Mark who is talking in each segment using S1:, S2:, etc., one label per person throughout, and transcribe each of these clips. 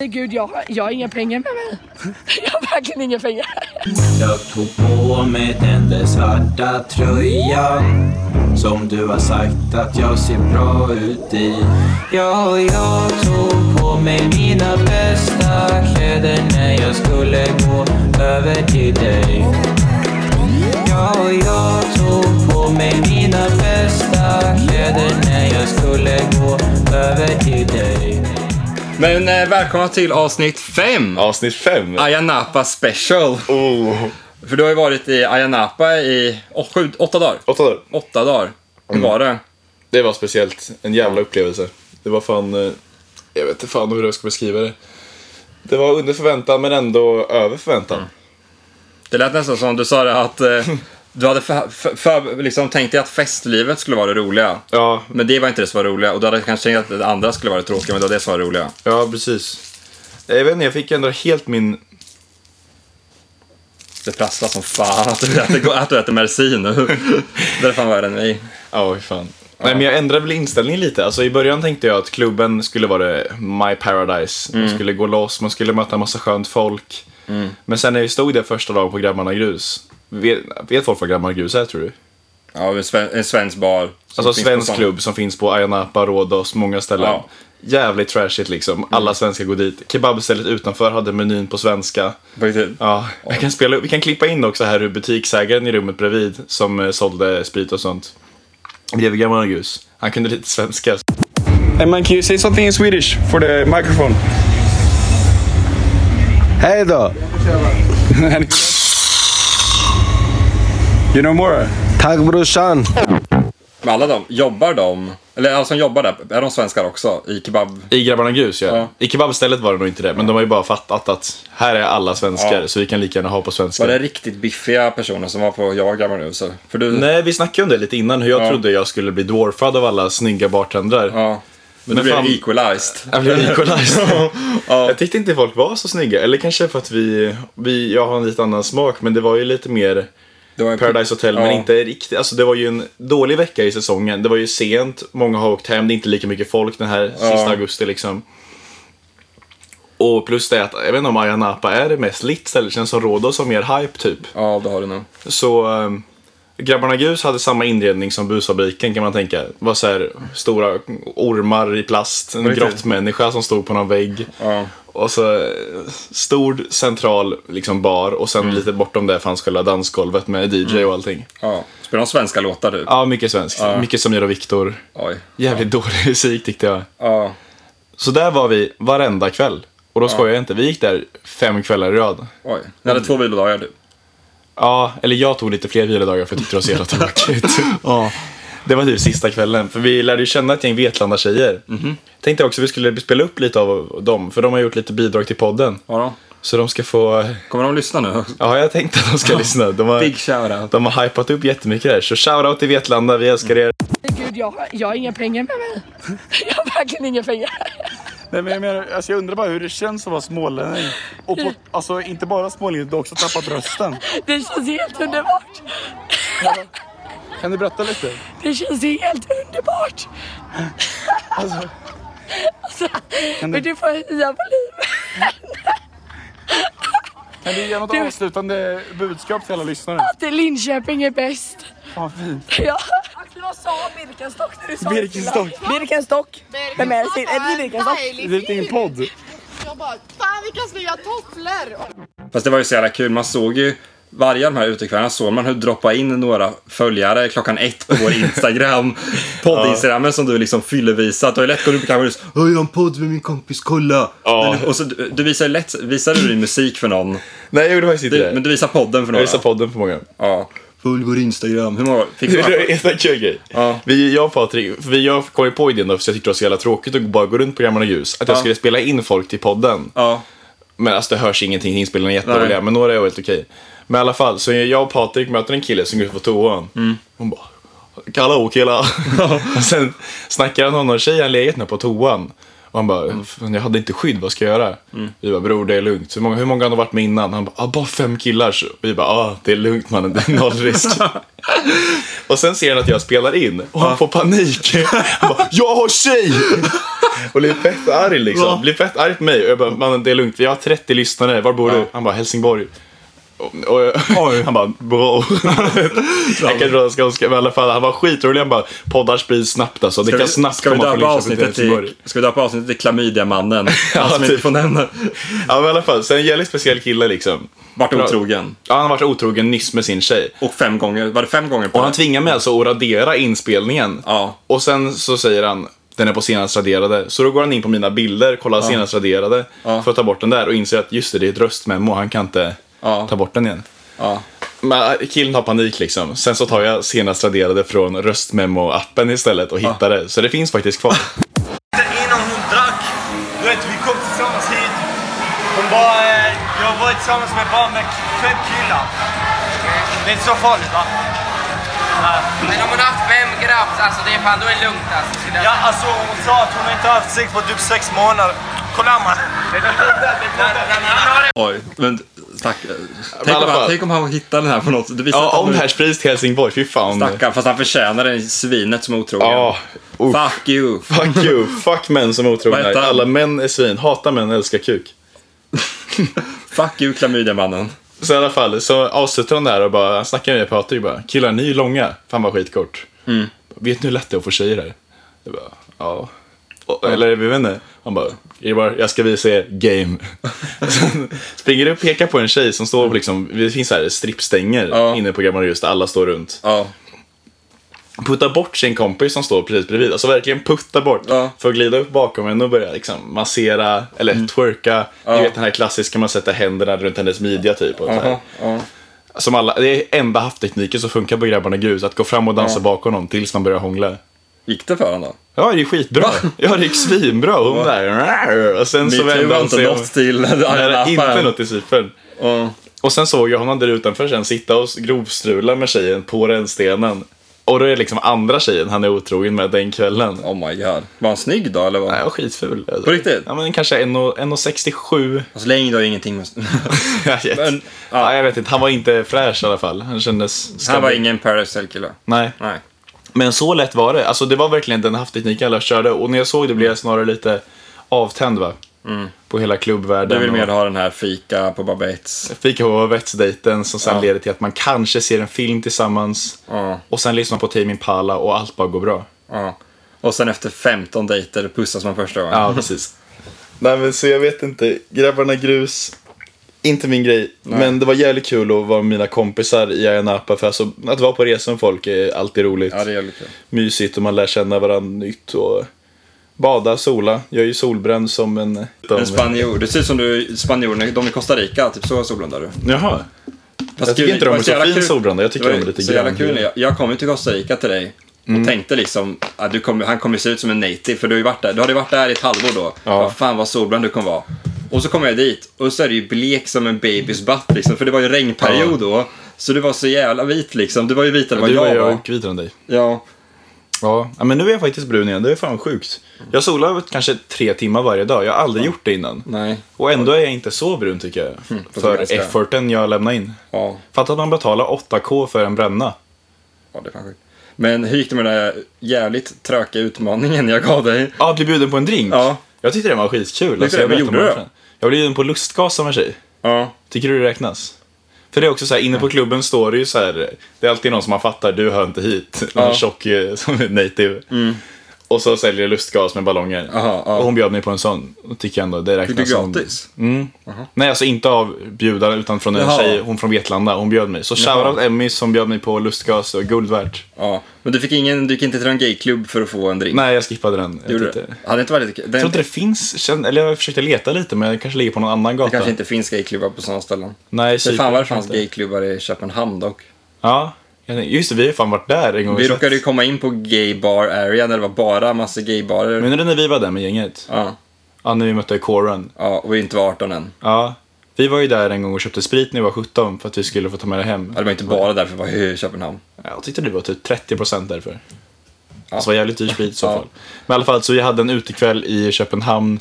S1: Herregud, jag, har- jag har inga pengar med mig. Jag har verkligen inga pengar.
S2: Jag tog på mig den där svarta tröjan som du har sagt att jag ser bra ut i. Ja, jag tog på mig mina bästa kläder när jag skulle gå över till dig. Ja, jag tog på mig mina bästa kläder när jag skulle gå över till dig.
S3: Men eh, välkomna till avsnitt 5.
S4: Avsnitt fem.
S3: Ayanapa special.
S4: Oh.
S3: För du har ju varit i Ayanapa i å- sju, åtta dagar.
S4: Åtta dagar.
S3: Åtta dagar. Hur
S4: Mm.
S3: var det?
S4: Det var speciellt. En jävla upplevelse. Det var fan... eh, Jag vet inte fan hur jag ska beskriva det. Det var under förväntan men ändå över förväntan.
S3: Det lät nästan som du sa det att eh, du hade för, för, för, liksom tänkt dig att festlivet skulle vara det roliga.
S4: Ja,
S3: Men det var inte det som var roliga och du hade kanske tänkt att det andra skulle vara det tråkiga men det var det som var det roliga.
S4: ja precis. Jag vet inte, jag fick ändra helt min...
S3: Det prasslar som fan att du äter, att du äter merci nu. Det är fan värre än mig.
S4: Ja, fy fan. Nej, men jag ändrade väl inställningen lite. Alltså, I början tänkte jag att klubben skulle vara det, my paradise. Man skulle gå loss, man skulle möta en massa skönt folk. Men sen när vi stod där första dagen på Grabbarna Grus. Vet, vet folk vad Grabbarna Grus är tror du?
S3: Ja, en sven- en svensk bar. som
S4: Alltså
S3: finns på
S4: svensk
S3: stan.
S4: klubb som finns på Ayia Napa, Rhodos, många ställen.
S3: Ja. Mm.
S4: Jävligt trashigt liksom. Alla svenskar går dit. Kebabstället utanför hade menyn på svenska.
S3: På riktigt.
S4: Ja, jag kan spela, upp- vi kan klippa in också här hur butiksägaren i rummet bredvid som eh, sålde sprit och sånt. Bredvid gamla Gus. Han kunde lite svenska.
S5: Hey man, can you say something in Swedish for the microphone? Hey då! you know more? Tack brorsan!
S3: Men alla de, jobbar de, eller alla som jobbar där, är de svenskar också? I kebab?
S4: I Grabbarna Grus ja.
S3: Ja.
S4: I kebabstället var det nog inte det, men de har ju bara fattat att här är alla svenskar
S3: Ja.
S4: så vi kan lika gärna ha på svenska.
S3: Var det riktigt biffiga personer som var på jag gammal nu? Så, för du,
S4: Nej, vi snackade om det lite innan hur jag
S3: Ja.
S4: trodde jag skulle bli dwarfad av alla snygga bartendrar.
S3: ja. Men, du
S4: Men
S3: blev
S4: fan-
S3: equalized.
S4: Jag blev equalized.
S3: Ja.
S4: Jag tyckte inte folk var så snygga. Eller kanske för att vi, vi, jag har en lite annan smak, men det var ju lite mer
S3: Det var en-
S4: Paradise Hotel, men
S3: Ja.
S4: inte riktigt. Alltså det var ju en dålig vecka i säsongen. Det var ju sent, många har åkt hem, det är inte lika mycket folk den här sista augusti liksom. Och plus det att, jag vet inte om Ayia Napa är det mest lit stället, det känns som Rhodos har mer hype typ.
S3: Ja, det har du nog.
S4: Så ehm, Grabbarna Gus hade samma inredning som busfabriken kan man tänka. Det var så här stora ormar i plast, en
S3: riktigt?
S4: grottmänniska som stod på någon vägg.
S3: Ja.
S4: Och så eh, stor central liksom bar och sen lite bortom det fanns själva dansgolvet med DJ och allting.
S3: Ja. Spelar de svenska låtar du?
S4: Ja, mycket svenskt. Mycket Samir och Viktor.
S3: Oj.
S4: Jävligt dålig musik tyckte jag.
S3: Ja.
S4: Så där var vi varenda kväll. Och då skojar jag inte, vi gick där fem kvällar i rad.
S3: Oj. Ni
S4: Mm.
S3: hade två vilodagar du.
S4: Ja, eller jag tog lite fler vilodagar för jag tyckte det var så jävla tråkigt. ja. Det var typ sista kvällen, för vi lärde ju känna ett gäng Vetlanda-tjejer.
S3: Mhm.
S4: Tänkte också att vi skulle spela upp lite av dem, för de har gjort lite bidrag till podden.
S3: Har de?
S4: Så de ska få...
S3: Kommer de lyssna nu?
S4: Ja, jag tänkte att de ska lyssna. De har,
S3: Big shoutout.
S4: de har hypat upp jättemycket här, så shoutout till Vetlanda, vi älskar
S3: Mm.
S4: er.
S1: Herregud, jag, har- jag har inga pengar med mig. Jag har verkligen inga pengar.
S5: Nej, men jag, menar, alltså, jag undrar bara hur det känns att vara smålänning. Och på, alltså, inte bara smålänning, du har också tappat rösten.
S1: Det känns helt underbart.
S5: Kan du berätta lite?
S1: Det känns helt underbart.
S5: Alltså,
S1: Alltså,
S5: du-
S1: men du får hya på liv.
S5: kan du ge något
S1: Du-
S5: avslutande budskap till alla lyssnare?
S1: Att Linköping är bäst.
S5: Fan, fint.
S1: Ja. Vad sa Birkenstock när du sa
S5: Birkenstock.
S1: Birkenstock. Vem är det? Är det Birkenstock?
S5: Det är inte en podd.
S6: Jag bara, fan vilka snygga tofflor!
S3: Fast det var ju så jävla kul. Man såg ju varje av de här utekvällarna såg man hur det droppade in några följare klockan ett på vår Instagram. Podd-instagrammen som du liksom fyllevisat. Du har ju lätt gått upp i kameran och just, "Hör, jag har en podd med min kompis, kolla.
S4: Ja.
S3: Men- Och så, du, du visar ju lätt, visar du din musik för någon?
S4: Nej, jag gjorde faktiskt inte
S3: Du,
S4: det.
S3: Men du visar podden för
S4: Jag
S3: några?
S4: visade podden för många.
S3: Ja. Följ vår Instagram. Hur många fick
S4: Det
S3: du?
S4: är en kul grej.
S3: Ja.
S4: Vi, jag och Patrik, för vi, jag kom ju på idén då, för jag tyckte det var så jävla tråkigt att bara gå runt på Gamla Ljus. Att jag
S3: Ja.
S4: skulle spela in folk till podden.
S3: Ja.
S4: Men alltså det hörs ingenting, inspelningen är jättedåliga,
S3: Nej.
S4: men några är helt okej. Men i alla fall, så jag och Patrik möter en kille som går ut på toan. Hon bara Kalla och killar. och sen snackar han om någon tjej han legat med på toan. Och han bara, "Fan, jag hade inte skydd, vad ska jag göra? Vi bara, bror det är lugnt. Hur många, hur många har de varit med innan? Han bara, ah, bara fem killar. Så vi bara, ah, det är lugnt mannen, det är noll risk. och sen ser han att jag spelar in och han får panik. Han bara, jag har tjej! Och blev fett arg liksom.
S3: Ja.
S4: Blev fett arg på mig. Och jag bara, mannen det är lugnt. Jag har 30 lyssnare. Var bor du? Han bara, Helsingborg. Och, och jag, han bara, bro. jag kan dra skånska. Men i alla fall, han var skitrolig. Han bara, poddar sprids snabbt alltså. det
S3: Ska
S4: kan
S3: vi,
S4: snabbt
S3: ska vi
S4: komma
S3: döpa
S4: från Linköping till
S3: avsnittet
S4: Helsingborg.
S3: till, ska vi döpa avsnittet till Klamydiamannen? Han som inte
S4: typ.
S3: får nämna.
S4: Ja men i alla fall, sen en jävligt speciell kille liksom.
S3: Vart otrogen.
S4: Ja, han har varit otrogen nyss med sin tjej.
S3: Och fem gånger, var det fem gånger på
S4: Och han
S3: det?
S4: tvingar mig alltså att radera inspelningen.
S3: Ja.
S4: Och sen så säger han, den är på senast raderade. Så då går han in på mina bilder, kollar senast raderade.
S3: Ja.
S4: För att ta bort den där och inser att just det, det är ett röstmemo, han kan inte
S3: Ja.
S4: ta bort den igen.
S3: Ja.
S4: Men äh, killen har panik liksom. Sen så tar jag senast raderade från röstmemo-appen istället och hittar det. Så det finns faktiskt kvar.
S7: innan hon drack. Du vet, vi kom tillsammans hit. Hon bara, eh, jag var tillsammans med bara med fem killar. Det är inte så farligt va?
S8: Men om hon har haft fem grabs, alltså det är fan, då är det lugnt alltså. skulle jag
S7: Ja,
S8: säga.
S7: alltså hon sa att hon inte haft sex på typ sex månader. Kolla man.
S3: Oj, men tack.
S4: i
S3: Tänk om,
S4: alla
S3: han,
S4: fall.
S3: tänk om han hittar den här på något. Det visar att
S4: Ja,
S3: han
S4: om
S3: nu-
S4: det här sprids till Helsingborg, fy fan.
S3: Stackarn, fast han förtjänar den svinet som är otrogen.
S4: Ja, usch.
S3: Fuck you.
S4: Fuck you, fuck män som är
S3: Vad
S4: otrogna.
S3: heter han?
S4: Alla män är svin, hata män, älska kuk.
S3: Fuck you klamydiamannen.
S4: Så i alla fall så avslutar han där och bara, han snackar med Patrik bara, killar ni är långa? Fan vad skitkort. Vet ni hur lätt det är att få tjejer här? Jag bara, ja. Och, eller jag vet inte. Han bara, "Är det bara, jag ska visa er game. Sen springer upp och pekar på en tjej som står på liksom, det finns så här strippstänger
S3: Ja.
S4: inne på Gamla just där alla står runt.
S3: Ja.
S4: Putta bort sin kompis som står precis bredvid, alltså verkligen putta bort.
S3: Ja.
S4: För att glida upp bakom henne och börja liksom massera, eller twerka. Ni vet den här klassiska, man sätter händerna runt hennes midja typ. Och så här.
S3: Ja, ja.
S4: Som alla, det är enda hafttekniken som funkar på Grabbarna Grus, att gå fram och dansa bakom någon tills man börjar hångla.
S3: Gick det för honom
S4: Ja, det är skitbra. Ja, det gick svinbra. Hon där... Och sen
S3: då?
S4: så
S3: Metoo
S4: vände
S3: har
S4: hon
S3: inte
S4: sig om.
S3: nått till
S4: Nej, det
S3: Ayia
S4: är inte
S3: Napa
S4: något i Cypern.
S3: än.
S4: Och sen såg jag honom där utanför sen sitta och grovstrula med tjejen på rännstenen. Och då är det liksom andra tjejen han är otrogen med den kvällen.
S3: Oh my god. Var han snygg då eller? Vad?
S4: Nej, jag var skitful. Alltså.
S3: På riktigt?
S4: Ja, men kanske 1,- 1,67.
S3: Hans längd har ju Alltså, ingenting med...
S4: Jag vet.
S3: Men,
S4: ja,
S3: ja,
S4: jag vet inte, han var inte fräsch i alla fall. Han kändes...
S3: han var ingen Paradise Hotel-kille.
S4: Nej.
S3: Nej.
S4: Men så lätt var det. Alltså det var verkligen den hafttekniken alla körde och när jag såg det blev jag snarare lite avtänd va? På hela klubbvärlden.
S3: Mm. Du vill mer
S4: och
S3: ha den här fika på Babettes.
S4: Fika och vetsdejten som sen
S3: Ja.
S4: leder till att man kanske ser en film tillsammans
S3: Ja.
S4: och sen lyssnar på Tame Impala och allt bara går bra.
S3: Ja. Och sen efter 15 dejter pussas man första gången.
S4: Ja, precis. Nej men så jag vet inte. Grabbarna grus. Inte min grej. Men det var jävligt kul att vara med mina kompisar i Ayia Napa för alltså, att vara på resor med folk är alltid roligt.
S3: Ja, det är jävligt kul.
S4: mysigt och man lär känna varandra nytt och bada, sola. Jag är ju solbränd som en...
S3: En spanjor. Det ser ut som du, spanjorerna, de i Costa Rica, typ så solblundar du.
S4: Jaha.
S3: Fast
S4: Jag tycker
S3: gud,
S4: inte de
S3: det
S4: är
S3: var
S4: så
S3: jävla
S4: fin
S3: kul.
S4: solbrända. Jag tycker
S3: Det var
S4: de är lite Mm.
S3: så jävla
S4: gröngula.
S3: kul. Jag- Jag kom ju till Costa Rica till dig och tänkte liksom att du kommer, han kommer se ut som en native för du har ju varit där. Du hade ju varit där i ett halvår då. Vad fan vad solbränd du kommer vara. Och så kommer jag dit och så är du ju blek som en babys butt liksom för det var ju regnperiod då. Så du var så jävla vit liksom. Du var ju vitare än vad
S4: Du var
S3: jag
S4: ju
S3: var.
S4: okvitare än dig.
S3: Ja.
S4: Ja. ja, men nu är jag faktiskt brun igen. Det är fan sjukt. Jag solar kanske tre timmar varje dag. Jag har aldrig gjort det innan.
S3: Nej. Hm,
S4: Och ändå är jag inte så brun tycker jag.
S3: fast
S4: för
S3: ganska.
S4: efforten jag lämnar in.
S3: Ja.
S4: Fattar att man betalar 8K för en bränna.
S3: Ja, det är fan sjukt. Men hur gick det med den där jävligt tröka utmaningen jag gav dig?
S4: Ja, att bli bjuden på en drink.
S3: Ja.
S4: Jag tyckte det var skitkul. Alltså,
S3: det?
S4: jag
S3: Vad
S4: vet
S3: gjorde
S4: om
S3: du
S4: varför.
S3: då?
S4: Jag blev bjuden på lustgas av en tjej.
S3: Ja.
S4: Tycker du det räknas? För det är också så här, inne på klubben står det ju så här, det är alltid någon som man fattar, du hör inte hit.
S3: Ja.
S4: Någon
S3: Mm.
S4: tjock eh, som är native. Och så säljer lustgas med ballonger.
S3: Aha, ja.
S4: Och hon bjöd mig på en sån. Och tycker jag ändå det
S3: Fick du
S4: räknas som...
S3: gratis?
S4: Nej, alltså inte av bjudaren utan från en
S3: Jaha.
S4: tjej, hon från Vetlanda, hon bjöd mig. Så shoutout Emmy som bjöd mig på lustgas och guld värt.
S3: Ja. Men du fick ingen, du gick inte till någon gayklubb för att få en drink?
S4: Nej, jag skippade den. Jag,
S3: Gjorde du?
S4: tyckte...
S3: Hade det inte varit lite kul? Den-
S4: jag tror inte det finns, känn- eller jag försökte leta lite men jag kanske ligger på någon annan
S3: Det
S4: gata.
S3: kanske inte finns gayklubbar på sådana ställen.
S4: Nej,
S3: Det
S4: Cypern
S3: fan vad det
S4: kanske
S3: fanns
S4: inte.
S3: gayklubbar i Köpenhamn dock.
S4: Ja, jag tänkte- just det, vi har ju fan varit där en gång.
S3: Vi
S4: och sett.
S3: råkade ju komma in på gay bar area när det var bara massa gaybarer.
S4: Menar du när vi var där med gänget?
S3: Ja,
S4: Ja, när vi mötte Coran.
S3: ja, och vi inte var 18 än.
S4: Ja. Vi var ju där en gång och köpte sprit när vi var 17 för att vi skulle få ta med det hem.
S3: Ja, det var inte bara därför vi var i Köpenhamn.
S4: Jag tyckte det var typ 30% därför. Alltså det var jävligt dyr sprit i så fall. Men i alla fall, så vi hade en utekväll i Köpenhamn,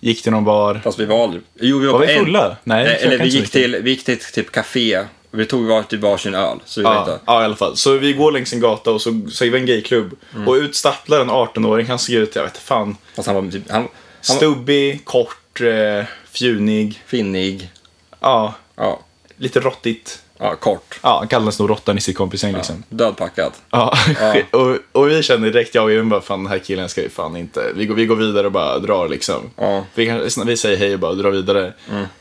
S4: gick till någon bar.
S3: Fast vi var aldrig... Jo, vi var,
S4: Var
S3: på
S4: vi
S3: en-
S4: fulla? Nej,
S3: Nej,
S4: jag
S3: eller
S4: kan
S3: vi
S4: inte så
S3: gick,
S4: mycket.
S3: till, vi gick till ett typ café. Vi tog var till varsin öl, så vi var
S4: Ja,
S3: inte...
S4: ja, i alla fall. Så vi går längs en gata och så säger vi en gayklubb. Och ut stapplar en 18-åring. Han ser ut, jag vet fan,
S3: Fast Mm. han var typ... Han, han var
S4: stubbig, kort, eh, fjunig.
S3: finnig.
S4: Ja,
S3: Ja,
S4: lite råttigt.
S3: ja kort.
S4: Ja, han kallades nog Råttan i sitt kompisgäng liksom.
S3: Dödpackad.
S4: Ja, och, och vi kände direkt, jag och Jim bara, fan den här killen ska vi fan inte, vi går, vi går vidare och bara drar liksom.
S3: Ja. Mm.
S4: Vi, kan, vi säger hej och bara drar vidare.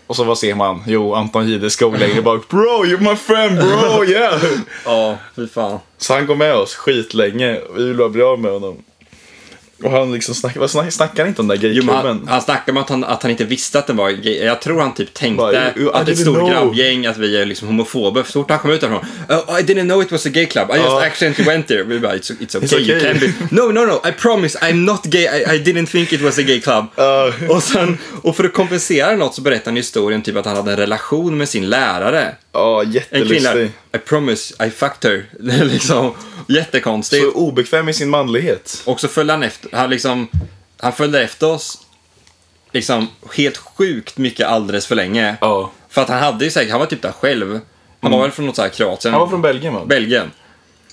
S4: Och så vad ser man? Jo, Anton Gideskog längre bak, bro you're my friend bro, yeah!
S3: Ja, fy fan.
S4: så han går med oss skitlänge, och vi vill bara bli av med honom. Och han liksom snackar, vad snack, snackar han inte om den där
S3: Jo, men
S4: gayklubben?
S3: han, han snackade om att han, att han inte visste att den var gay. Jag tror han typ tänkte
S4: Bara, "I- I
S3: att
S4: didn't
S3: ett stort
S4: know."
S3: grabbgäng, att vi är liksom homofober. Så fort han kom ut därifrån, oh, I didn't know it was a gay club. I just
S4: Ja.
S3: accidentally went there. Vi bara, it's, it's okay,
S4: okay."
S3: you can be. No, no, no, I promise, I'm not gay, I, I didn't think it was a gay club. Och, sen, och för att kompensera något så berättade han historien typ att han hade en relation med sin lärare.
S4: Ja,
S3: En kvinna,
S4: jättelustig.
S3: I promise, I fucked her. Det är liksom jättekonstigt.
S4: Så obekväm i sin manlighet.
S3: Och så följde han efter, han liksom, han följde efter oss liksom helt sjukt mycket alldeles för länge.
S4: Ja. Mm.
S3: För att han hade ju säkert, han var typ där själv. Han var väl från något så här Kroatien?
S4: Han var från Belgien va?
S3: Belgien.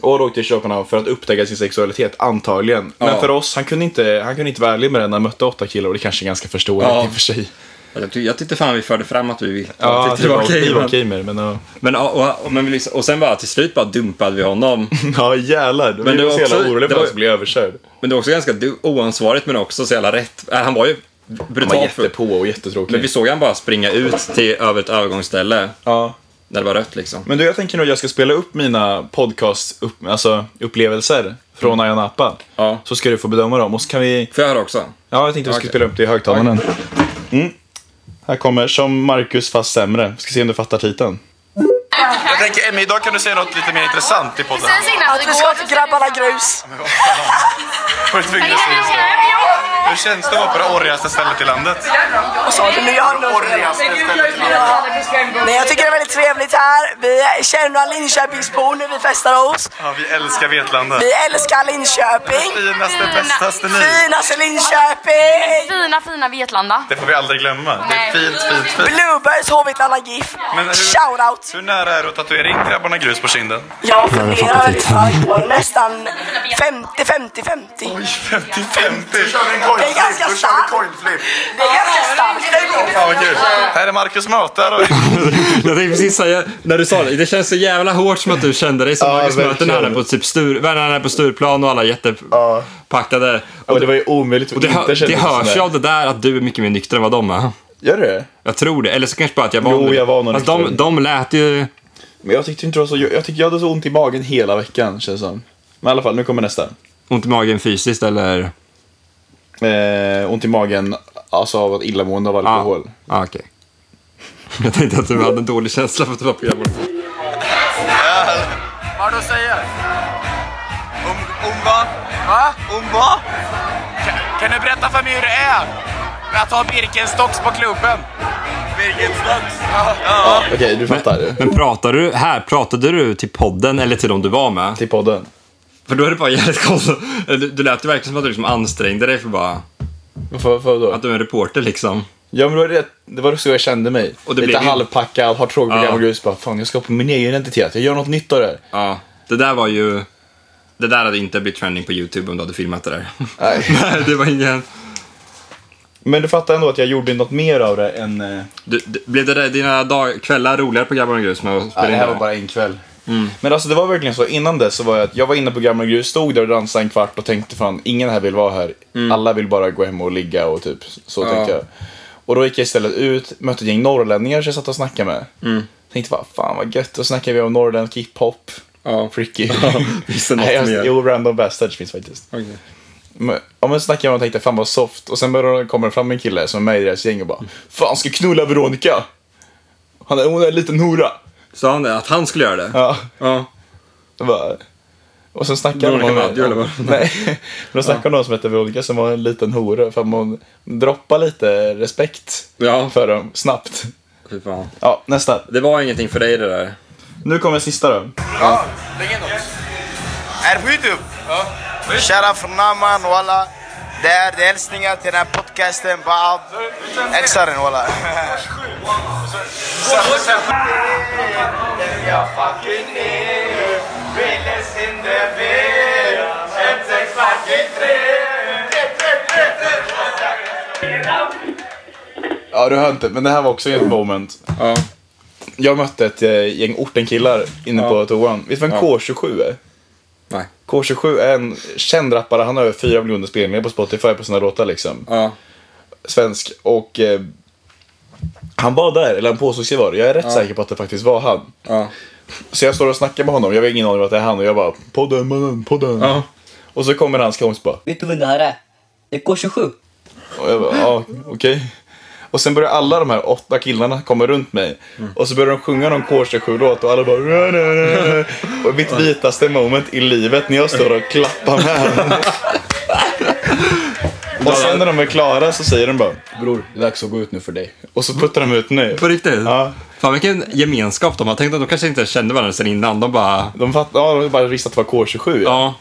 S4: Och åkte till Köpenhamn för att upptäcka sin sexualitet, antagligen. Men
S3: Ja.
S4: för oss, han kunde, inte, han kunde inte vara ärlig med det när han mötte åtta killar och det kanske är ganska förståeligt
S3: Ja.
S4: i och för sig.
S3: Jag, tyckte, jag tyckte fan vi förde fram att vi tyckte
S4: Ja,
S3: det var okej.
S4: vi var
S3: men-
S4: okej med det, men ja.
S3: Men, och, och, men vi liksom, och sen bara till slut bara dumpade vi honom.
S4: Ja, jävlar. Men
S3: det
S4: vi var
S3: var
S4: så jävla
S3: också-
S4: oroliga
S3: det
S4: för
S3: var-
S4: att han skulle bli överkörd.
S3: Men det var också ganska du- oansvarigt men också så jävla rätt. Äh, Han var ju
S4: Han var
S3: brutalt full.
S4: jättepå och
S3: Men vi
S4: jättetråkig.
S3: såg han bara springa ut till över ett övergångsställe
S4: Ja.
S3: när det var rött liksom.
S4: Men du, jag tänker nog att jag ska spela upp mina podcast upp, alltså, upplevelser från Ayia Napa.
S3: Mm. Ja.
S4: Så ska du få bedöma dem. Och så kan vi...
S3: Får jag höra också?
S4: Ja, jag tänkte vi skulle
S3: Okej.
S4: spela upp det i högtalaren. Mm. Här kommer Som Marcus fast sämre. Ska se om du fattar titeln.
S5: Jag tänker Emmy, idag kan du säga något lite mer intressant i podden.
S1: Att vi ska till grabbarna grus.
S5: Var du tvungen att säga just det? Hur känns det att vara på det orrigaste stället i landet?
S1: Vad sa du nu? Jag har nog- Nej, jag tycker det är väldigt trevligt här. Vi känner Linköpingsbor när vi festar oss.
S5: Ja, vi älskar Vetlanda.
S1: Vi älskar Linköping.
S5: Finaste, bästaste ni.
S1: Finaste Linköping!
S9: Fina, fina Vetlanda.
S5: Det får vi aldrig glömma. Det är
S9: Nej.
S5: fint, fint, fint.
S1: Bluebirds, Håvitlanda GIF.
S5: Men hur-
S1: Shoutout!
S5: Hur nära är du att tatuering grabbarna grus på kinden?
S1: Jag funderar jag är nästan 50, 50, 50.
S5: 50-50.
S1: Det är ganska starkt. Det är ganska starkt.
S5: Fan vad kul. Här är Marcus Mötar och
S3: Jag tänkte precis säga, när du sa det, det känns så jävla hårt som att du kände dig som
S4: Ja,
S3: Marcus Möten när han är
S4: verkligen.
S3: på typ Stur, när han är på Stureplan och alla är jättepackade.
S4: Och det var ju omöjligt att
S3: Det, hör,
S4: inte känna
S3: det
S4: sig
S3: hörs
S4: sådär.
S3: ju av det där att du är mycket mer nykter än vad de är.
S4: Gör du det?
S3: Jag tror det, eller så kanske bara att jag var
S4: Jo, jag var nog
S3: Fast de,
S4: nykter.
S3: de lät ju...
S4: Men jag tyckte inte det var så... Jag tyckte jag hade så ont i magen hela veckan, känns det som. Men i alla fall, nu kommer nästa.
S3: Ont i magen fysiskt eller?
S4: Eh, ont i magen, alltså av att illamående av alkohol.
S3: Ja, ah, okej. Jag tänkte att du hade en dålig känsla för att du var på grabbarna.
S7: Vad du säger?
S5: Om, om vad?
S7: Va?
S5: Om vad?
S7: Kan du berätta för mig hur det är? Att ha Birkenstocks på klubben?
S5: Birkenstocks?
S4: Okej, du fattar du.
S3: Men pratade du här, pratade du till podden eller till de du var med?
S4: Till podden.
S3: För då är det bara jävligt konstigt. Eller Du, du lät ju verkligen som att du liksom ansträngde dig för bara,
S4: Varför, varför då?
S3: att du är en reporter liksom.
S4: Ja, men då är det, det var så jag kände mig.
S3: Och det
S4: Lite
S3: blev ju-
S4: halvpackad, har tråkigt
S3: Ja.
S4: program och grus. Bara, fan, jag ska på min egen identitet. Jag gör något nytt av det här.
S3: Ja, det där var ju... Det där hade inte blivit trending på YouTube om du hade filmat det där.
S4: Nej.
S3: Nej, det var ingen...
S4: Men du fattar ändå att jag gjorde något mer av det än... eh,
S3: Du, du, blev det där, dina dag, kvällar roligare på Grabbarna och Grus med att
S4: Ja,
S3: spela
S4: det
S3: in
S4: här
S3: det?
S4: var bara en kväll.
S3: Mm.
S4: Men alltså det var verkligen så, innan det så var jag, jag var inne på Gamla Grus, stod där och dansade en kvart och tänkte fan, ingen här vill vara här.
S3: Mm.
S4: Alla vill bara gå hem och ligga och typ, så tänkte jag. Och då gick jag istället ut, mötte ett gäng norrlänningar som jag satt och snackade med.
S3: Mm.
S4: Tänkte bara, fan vad gött, då snackade vi om norrländsk hiphop.
S3: Ja.
S4: Freaky.
S3: Finns det något
S4: Nej, jag-
S3: mer?
S4: Jo, Random Bastards finns faktiskt.
S3: Okej.
S4: Men, ja, men så snackade jag och tänkte fan vad soft. Och sen började, kommer det fram en kille som är med i deras gäng och bara Fan ska jag knulla Veronica? Han är, hon är en liten hora.
S3: Sa han det? Att han skulle göra det?
S4: Ja.
S3: Ja.
S4: Och bara, och sen snackade
S3: Veronica
S4: hon
S3: Maggio, eller vad?
S4: Nej. Men då snackade hon om någon som hette Veronica som var en liten hora. För man droppar lite respekt
S3: Ja.
S4: för dem snabbt.
S3: Fy fan.
S4: Ja, nästa.
S3: Det var ingenting för dig det där.
S4: Nu kommer sista då.
S7: Ja, lägg in oss. Är på Youtube? Ja. Kära förnamman walla. Där det är hälsningar till den här podcasten Baab. Exaren walla. Sen, sen... Den jag fucking är Ville Sinde vill M6 fucking 3
S4: Ja, du hör inte. Men det här var också ett moment.
S3: Ja.
S4: Jag mötte ett eh, gäng ortenkillar inne på toan. Vet du vad en K27 är?
S3: Nej.
S4: K27 är en känd rappare. Han har över 4 miljoner spelningar på Spotify på sina låtar liksom.
S3: Ja.
S4: Svensk. Och eh, han var där, eller han påstod sig vara det. Jag är rätt säker på att det faktiskt var han.
S3: Ja.
S4: Så jag står och snackar med honom. Jag har ingen aning om att det är han. Och jag bara, podden mannen, podden.
S3: Ja.
S4: Och så kommer hans kompis bara,
S9: Vet du vad det här är? Det är K27.
S4: Och jag bara, ja, okej. Och sen börjar alla de här åtta killarna komma runt mig. Och så börjar de sjunga någon K27-låt och alla bara... Rö, rö, rö, rö. Och mitt vitaste moment i livet när jag står och klappar med henne. Och sen när de är klara så säger de bara Bror, det är dags att gå ut nu för dig. Och så puttar de ut mig.
S3: På riktigt?
S4: Ja.
S3: Fan vilken gemenskap de har. Tänk att de kanske inte kände varandra sen innan. De bara...
S4: De fatt, ja, de bara visste att det var K27.
S3: Ja.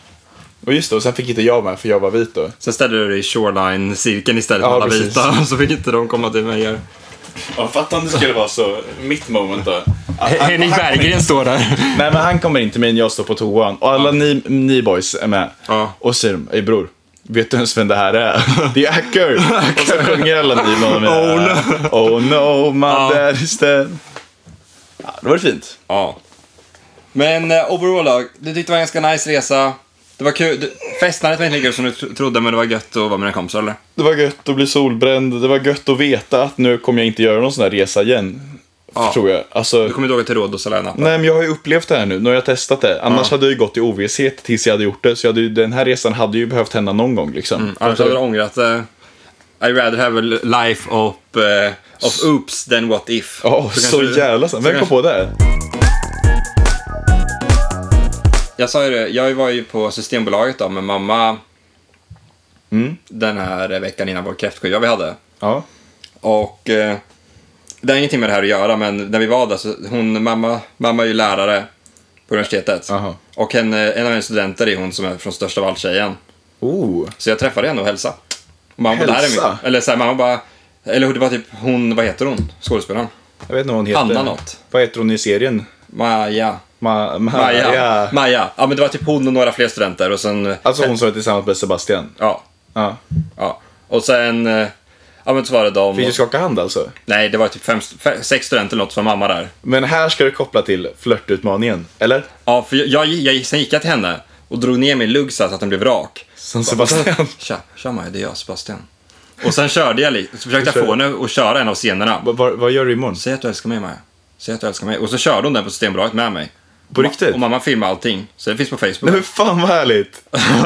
S4: Och just det, och sen fick inte jag med för jag var vit då.
S3: Sen ställde du dig i shoreline-cirkeln istället
S4: Ja,
S3: med alla
S4: precis.
S3: vita. Så fick inte de komma till mig. här.
S4: Ja, fatta om det skulle vara så. Mitt moment då.
S3: Henrik Berggren står där.
S4: Nej men han kommer in till mig när jag står på toan och alla ni, ni boys är med.
S3: Ja.
S4: Och säger de, ey bror, vet du ens vem det här är? Det är Acker! och så sjunger alla ni med
S3: Oh,
S4: no. Oh no, my
S3: Ja.
S4: dad is dead. Ja, det var det fint.
S3: Ja. Men eh, overall då, du tyckte det var en ganska nice resa. Det var kul. Du, festnandet var inte lika kul som du tro- trodde, men det var gött att vara med dina kompisar, eller?
S4: Det var gött att bli solbränd, det var gött att veta att nu kommer jag inte göra någon sån här resa igen.
S3: Ja.
S4: Tror jag. Alltså,
S3: Du kommer inte åka till Rhodos eller annat?
S4: Nej men jag har ju upplevt det här nu, nu har jag testat det. Annars hade jag ju gått i ovisshet tills jag hade gjort det. Så jag hade ju, den här resan hade ju behövt hända någon gång liksom.
S3: Annars hade du ångrat det. I'd rather have a life of, eh, of oops than what if.
S4: Ja,
S3: kanske
S4: så
S3: du-
S4: jävla sant. Vem kom
S3: kanske-
S4: på det?
S3: Jag sa ju det, jag var ju på Systembolaget då med mamma den här veckan innan vår kräftskiva vi hade.
S4: Mm. Ja.
S3: Och eh, det har ingenting med det här att göra, men när vi var där så hon, mamma, mamma är ju lärare på universitetet.
S4: Aha.
S3: Och en, eh, en av hennes studenter är hon som är från Största Vall-tjejen.
S4: Oh.
S3: Så jag träffade henne och hälsade. Och mamma bara,
S4: Hälsa?
S3: "Det här är min-" Eller så här, mamma bara, eller det var typ hon, vad heter hon, skådespelaren?
S4: Jag vet inte vad hon heter.
S3: Hanna något.
S4: Vad heter hon i serien?
S3: Maja.
S4: Ma- Ma-
S3: Maja.
S4: Ja.
S3: Maja. Ja, men det var typ hon och några fler studenter och sen... eh,
S4: Alltså hon som är tillsammans med Sebastian.
S3: Ja.
S4: Ja.
S3: Ja. Och sen... eh, Ja, men så var det dem.
S4: Fick du
S3: och-
S4: skaka hand alltså?
S3: Nej, det var typ fem, fem, sex studenter eller något som var mamma där.
S4: Men här ska du koppla till flörtutmaningen, eller?
S3: Ja, för jag, jag, jag, sen gick jag till henne och drog ner min lugg så att den blev rak.
S4: Som Sebastian.
S3: Tja, tja Maja, det är jag Sebastian. Och sen körde jag lite, så försökte jag få henne att köra en av scenerna.
S4: Vad- vad- Vad gör du imorgon?
S3: Säg att du älskar mig Maja. Säg att du älskar mig. Och så körde hon den på Systembolaget med mig.
S4: På riktigt?
S3: Och mamma filmade allting, så det finns på Facebook.
S4: Nej men fan vad härligt!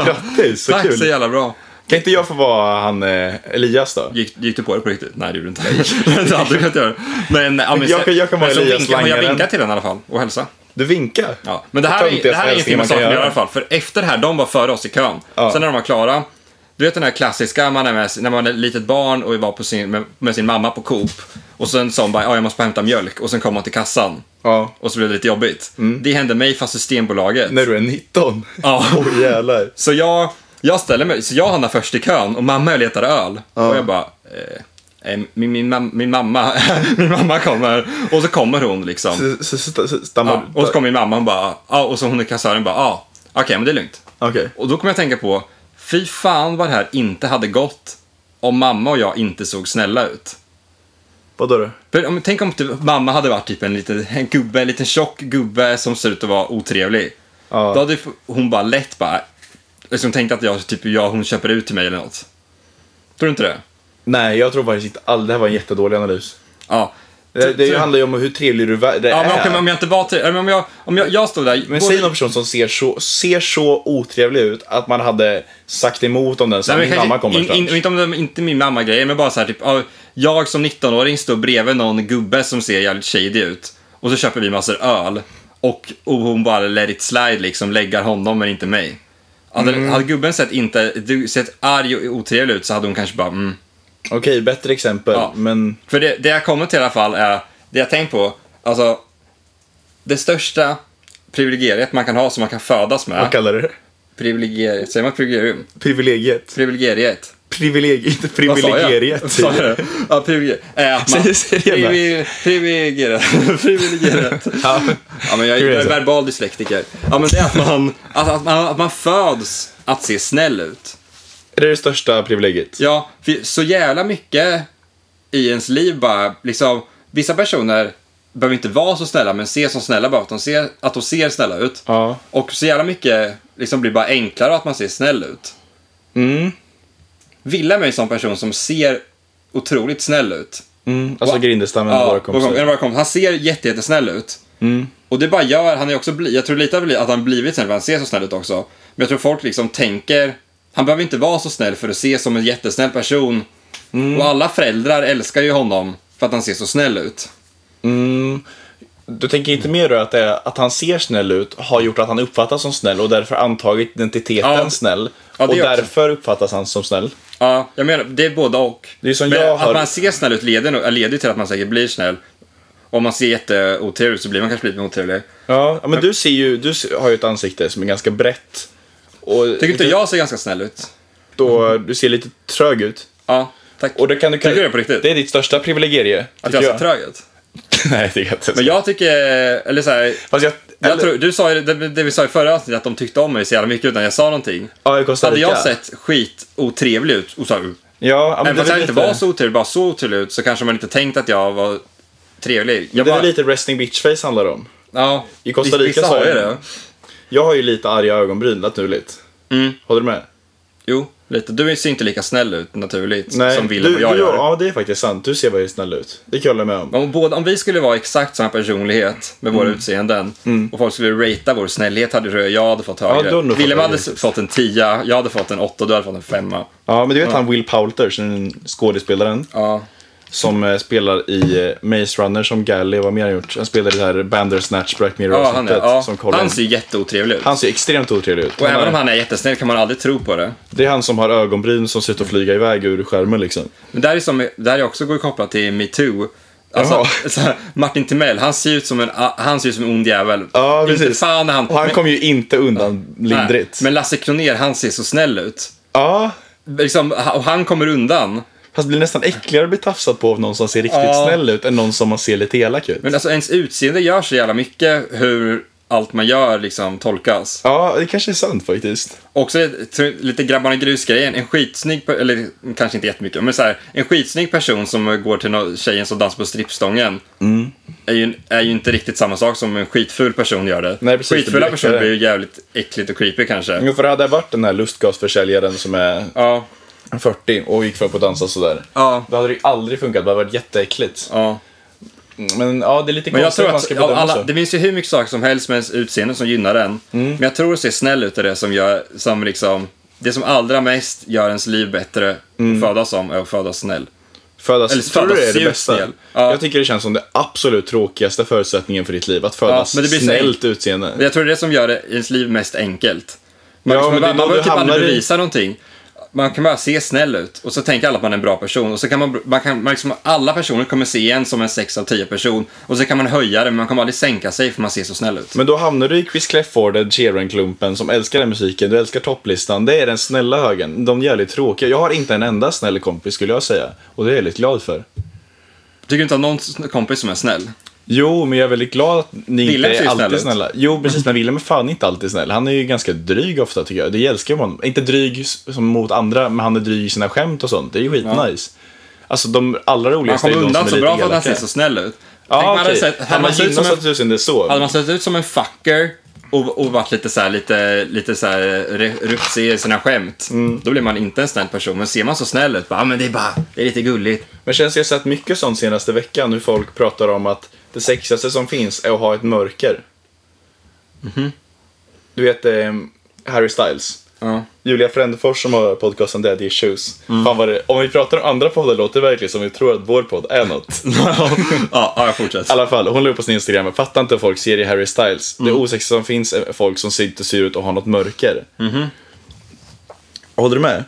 S4: Grattis, så
S3: Tack,
S4: kul!
S3: så jävla bra.
S4: Kan inte jag få vara han eh, Elias då?
S3: Gick, gick du på det på riktigt? Nej, det gjorde du inte. det hade du kunnat göra. Men, ja, men,
S4: Jag kan- jag kan vara
S3: men så
S4: Elias
S3: vinkade- men Jag
S4: Langaren.
S3: vinkade till henne i alla fall och hälsa.
S4: Du vinkar?
S3: Ja, men det här, är, det här är ingenting med saken att göra i alla fall. För efter det här, de var före oss i kön.
S4: Ja.
S3: Sen när de var klara, du vet den här klassiska, man är med, när man är ett litet barn och var på sin, med, med sin mamma på Coop. Och sen sa hon bara, ja jag måste bara hämta mjölk. Och sen kom hon till kassan.
S4: Ja.
S3: Och så blev det lite jobbigt. Det hände mig fast Systembolaget.
S4: Mm. När du är 19?
S3: Ja.
S4: Åh jävlar.
S3: Så jag, jag ställer mig, så jag hamnar först i kön och mamma och letar öl. Och jag bara, eh, eh, min, min, mam- min, mamma, min mamma kommer. Och så kommer hon liksom.
S4: Så- så- så- så- Stammar
S3: Ja,
S4: du?
S3: och så kommer min mamma och bara, ja, och så hon i kassören bara, ja, okej men det är lugnt.
S4: Okej.
S3: Och då kommer jag att tänka på, fy fan vad det här inte hade gått om mamma och jag inte såg snälla ut.
S4: Vadå då?
S3: För, om, tänk om typ, mamma hade varit typ en liten en gubbe, en liten tjock gubbe som ser ut att vara otrevlig.
S4: Ja.
S3: Då hade f- hon bara lätt bara, liksom tänkt att jag, typ, jag, hon köper ut till mig eller något. Tror du inte det?
S4: Nej, jag tror faktiskt inte all... Det här var en jättedålig analys.
S3: Ja.
S4: Det, det
S3: Så-
S4: handlar ju om hur trevlig du vä- det
S3: Ja,
S4: är.
S3: men okej, om jag inte var till, ja, men om jag, om jag, jag stod där.
S4: Men säg någon person som ser så, ser så otrevlig ut att man hade sagt emot om den sen
S3: Nej,
S4: min
S3: men kanske,
S4: mamma kommer
S3: in, in,
S4: fram.
S3: inte, om det, inte min mamma grejer men bara så här typ, ja, jag som 19-åring står bredvid någon gubbe som ser jävligt shady ut och så köper vi massor öl och, och hon bara let it slide liksom, läggar honom men inte mig. Hade,
S4: Mm.
S3: hade gubben sett, inte, du- sett arg och otrevlig ut så hade hon kanske bara mm.
S4: Okej, bättre exempel.
S3: Ja.
S4: Men
S3: För det, det jag kommer till i alla fall är, det jag tänkt på, alltså det största privilegiet man kan ha som man kan födas med,
S4: vad kallar du det?
S3: privilegiet, säger man privilegium?
S4: Privilegiet.
S3: Privilegiet.
S4: privileg, inte
S3: Vad sa jag?
S4: privilegieriet.
S3: Sa jag det? Ja, privilegier- är att man-
S4: Säg- säg det igen då.
S3: privi- Privilegierat. Privilegierat.
S4: Ja.
S3: Ja, men jag,
S4: Hur är
S3: jag
S4: det
S3: är
S4: så?
S3: verbal dyslektiker. Ja, men det är att man, att, att, man, att man föds att se snäll ut.
S4: Är det det största privilegiet?
S3: Ja, för så jävla mycket i ens liv bara, liksom, vissa personer behöver inte vara så snälla, men ser som snälla bara att de ser, att de ser snälla ut.
S4: Ja.
S3: Och så jävla mycket liksom blir bara enklare att man ser snäll ut.
S4: Mm.
S3: Willem är en sån person som ser otroligt snäll ut.
S4: Mm. Alltså
S3: Och-
S4: Grindestammen och våra
S3: och kom- en av
S4: kompisar. Mm.
S3: våra kompisar. Han ser jätte, jättesnäll ut. Och det bara gör, han är också bli, jag tror lite av- att han blivit snäll för han ser så snäll ut också. Men jag tror folk liksom tänker, han behöver inte vara så snäll för att se som en jättesnäll person.
S4: Mm.
S3: Och alla föräldrar älskar ju honom för att han ser så snäll ut.
S4: Du tänker inte mer då att, det är, att han ser snäll ut har gjort att han uppfattas som snäll och därför antagit identiteten
S3: Ja.
S4: snäll.
S3: Ja, det
S4: och
S3: också.
S4: därför uppfattas han som snäll.
S3: Ja, jag menar, det är både och.
S4: Det är som
S3: men
S4: jag
S3: att
S4: har-
S3: man ser snäll ut leder, nog- leder ju till att man säkert blir snäll. Om man ser jätteotrevlig ut så blir man kanske lite mer otrevlig.
S4: Ja, men du ser ju, du ser- har ju ett ansikte som är ganska brett. Och
S3: Tycker inte jag ser ganska snäll ut?
S4: Då, du ser lite trög ut.
S3: Ja, tack.
S4: Och det kan du
S3: Tycker du det på riktigt?
S4: Det är ditt största privilegie.
S3: att
S4: tycker
S3: jag ser trög ut?
S4: Nej, det kan jag inte.
S3: Men jag tycker, eller så här,
S4: Fast jag...
S3: Jag
S4: eller-
S3: tror, du sa ju, det, det vi sa i förra avsnittet, att de tyckte om mig så jävla mycket utan jag sa någonting.
S4: Ja, i Costa
S3: Hade
S4: Rica.
S3: jag sett skit otrevlig ut, och så, även
S4: Ja, ja, men
S3: fast
S4: det
S3: jag
S4: var
S3: inte
S4: lite,
S3: var så otrevlig, bara så otrevlig ut, så kanske man inte tänkt att jag var trevlig. Jag
S4: det
S3: bara,
S4: var lite resting bitch face handlar det om.
S3: ja,
S4: I Costa Rica
S3: vissa
S4: sa
S3: har ju
S4: jag
S3: det.
S4: Jag har ju lite arga ögonbryn naturligt.
S3: Mm.
S4: Håller du med?
S3: Jo, lite. Du ser inte lika snäll ut naturligt som Willem
S4: du,
S3: och jag
S4: du,
S3: gör.
S4: Ja, det är faktiskt sant. Du ser väldigt snäll ut. Det kan jag hålla med om.
S3: Om, båda, om vi skulle vara exakt samma personlighet med
S4: Mm.
S3: våra utseenden och folk skulle ratea vår snällhet hade du, jag hade fått högre.
S4: då hade du fått
S3: Willem hade
S4: högre.
S3: s- fått en tia, jag hade fått en åtta, du hade fått en femma.
S4: Ja, men du vet han Will Poulter, som är den skådespelaren,
S3: Ja.
S4: som eh, spelar i eh, Maze Runner som Gally, vad mer har han gjort? Han spelar i det här Bandersnatch Black
S3: Ja, han, är,
S4: Mirror-avsnittet
S3: ja.
S4: som Colin.
S3: han ser jätteotrevlig ut.
S4: han ser extremt otrevlig ut.
S3: Och
S4: Han
S3: även
S4: är-
S3: om han är jättesnäll kan man aldrig tro på det.
S4: Det är han som har ögonbryn som ser ut att flyga iväg ur skärmen liksom.
S3: Men där är som, där är också går kopplat till metoo. Alltså,
S4: Jaha.
S3: så här, Martin Timell, han ser ut som en, han ser ut som en ond jävel.
S4: Ja,
S3: Inte
S4: precis.
S3: fan är han...
S4: Och han
S3: men-
S4: kommer ju inte undan lindrigt.
S3: Nej, Men Lasse Kronér, han ser så snäll ut.
S4: Ja,
S3: Liksom, ha- och han kommer undan.
S4: fast det blir nästan äckligare att bli tafsad på av någon som ser riktigt
S3: Ja.
S4: snäll ut än någon som man ser lite elak ut.
S3: Men alltså ens utseende gör så jävla mycket hur allt man gör liksom tolkas.
S4: Ja, det kanske är sant faktiskt.
S3: Också ett- lite grabbarna grus-grejen. En skitsnygg, per- eller kanske inte jättemycket, men så här, en skitsnygg person som går till nå- tjejen som dansar på strippstången
S4: Mm.
S3: är, ju, är ju inte riktigt samma sak som en skitful person gör det.
S4: Nej, precis, det
S3: Skitfulla
S4: blir
S3: personer
S4: äckligare.
S3: blir ju jävligt äckligt och creepy kanske.
S4: Jo, för hade jag varit den här lustgasförsäljaren som är
S3: Ja,
S4: 40 och gick för på att dansa sådär.
S3: ja,
S4: Då hade det ju aldrig funkat, det hade varit jätteäckligt.
S3: ja.
S4: Men ja, det är lite
S3: Men jag
S4: konstigt
S3: tror
S4: att man
S3: att
S4: ska
S3: av
S4: bedöma
S3: alla,
S4: så.
S3: det finns ju hur mycket saker som helst med ens utseende som gynnar en.
S4: Mm.
S3: Men jag tror att se snäll ut är det som gör, som liksom, det som allra mest gör ens liv bättre
S4: Mm.
S3: att födas som är att födas snäll.
S4: Födas,
S3: Eller
S4: tror du
S3: födas
S4: det är det
S3: snygg
S4: bästa?
S3: snäll. Ja.
S4: Jag tycker det känns som det absolut tråkigaste förutsättningen för ditt liv. Att födas
S3: men det blir så
S4: snällt
S3: enkelt.
S4: utseende.
S3: Men Jag tror det är det som gör det, ens liv mest enkelt. Man,
S4: Ja,
S3: liksom,
S4: men det är
S3: man,
S4: då
S3: man behöver
S4: du
S3: typ aldrig
S4: hamnar i-
S3: bevisa någonting. Man kan bara se snäll ut och så tänker alla att man är en bra person. Och så kan man, man kan, man liksom, alla personer kommer se en som en 6 av 10 person. Och så kan man höja det men man kommer aldrig sänka sig för man ser så snäll ut.
S4: Men då hamnar du i Chris Clefford, Ed Sheeran-klumpen som älskar den musiken, du älskar topplistan. Det är den snälla högen. De jävligt tråkiga. Jag har inte en enda snäll kompis skulle jag säga. Och det är jag lite glad för.
S3: Tycker du inte att någon s- kompis som är snäll?
S4: Jo, men jag är väldigt glad att ni
S3: Willem ser
S4: inte
S3: ju
S4: är
S3: snäll
S4: alltid
S3: ut.
S4: snälla. Jo, precis. Men Willem är fan inte alltid snäll. Han är ju ganska dryg ofta tycker jag. Det älskar jag med honom. Inte dryg s- som mot andra, men han är dryg i sina skämt och sånt. Det är ju skitnice. Alltså de allra
S3: Han
S4: roligaste
S3: kommer
S4: är de
S3: undan
S4: som
S3: så
S4: är
S3: bra
S4: lite
S3: för att han ser
S4: elaka.
S3: så snäll ut. Tänk om
S4: Ja,
S3: han hade
S4: okej.
S3: sett- hade man
S4: Hade man
S3: sett ut som
S4: gynnats
S3: en
S4: att du ser det så.
S3: Hade man sett ut som en fucker och, och varit lite så här, lite, lite så här re- rufsig i sina skämt.
S4: Mm.
S3: Då blir man inte en snäll person. Men ser man så snäll ut, bara, ah, men det är bara, det är lite gulligt.
S4: Men känns jag har sett mycket sånt senaste veckan hur folk pratar om att det sexigaste som finns är att ha ett mörker. Du vet eh, Harry Styles.
S3: Mhm. Ja.
S4: Julia Frändefors som har podcasten Daddy Issues. Fan vad det, om vi pratar om andra poddar låter det verkligen som vi tror att vår podd är något. I
S3: ja, ja, jag fortsätter.
S4: alla fall, hon la upp på sin Instagram, jag fattar inte hur folk ser i Harry Styles. Det osexigaste som finns är folk som ser inte ser ut och har något mörker. Håller du med?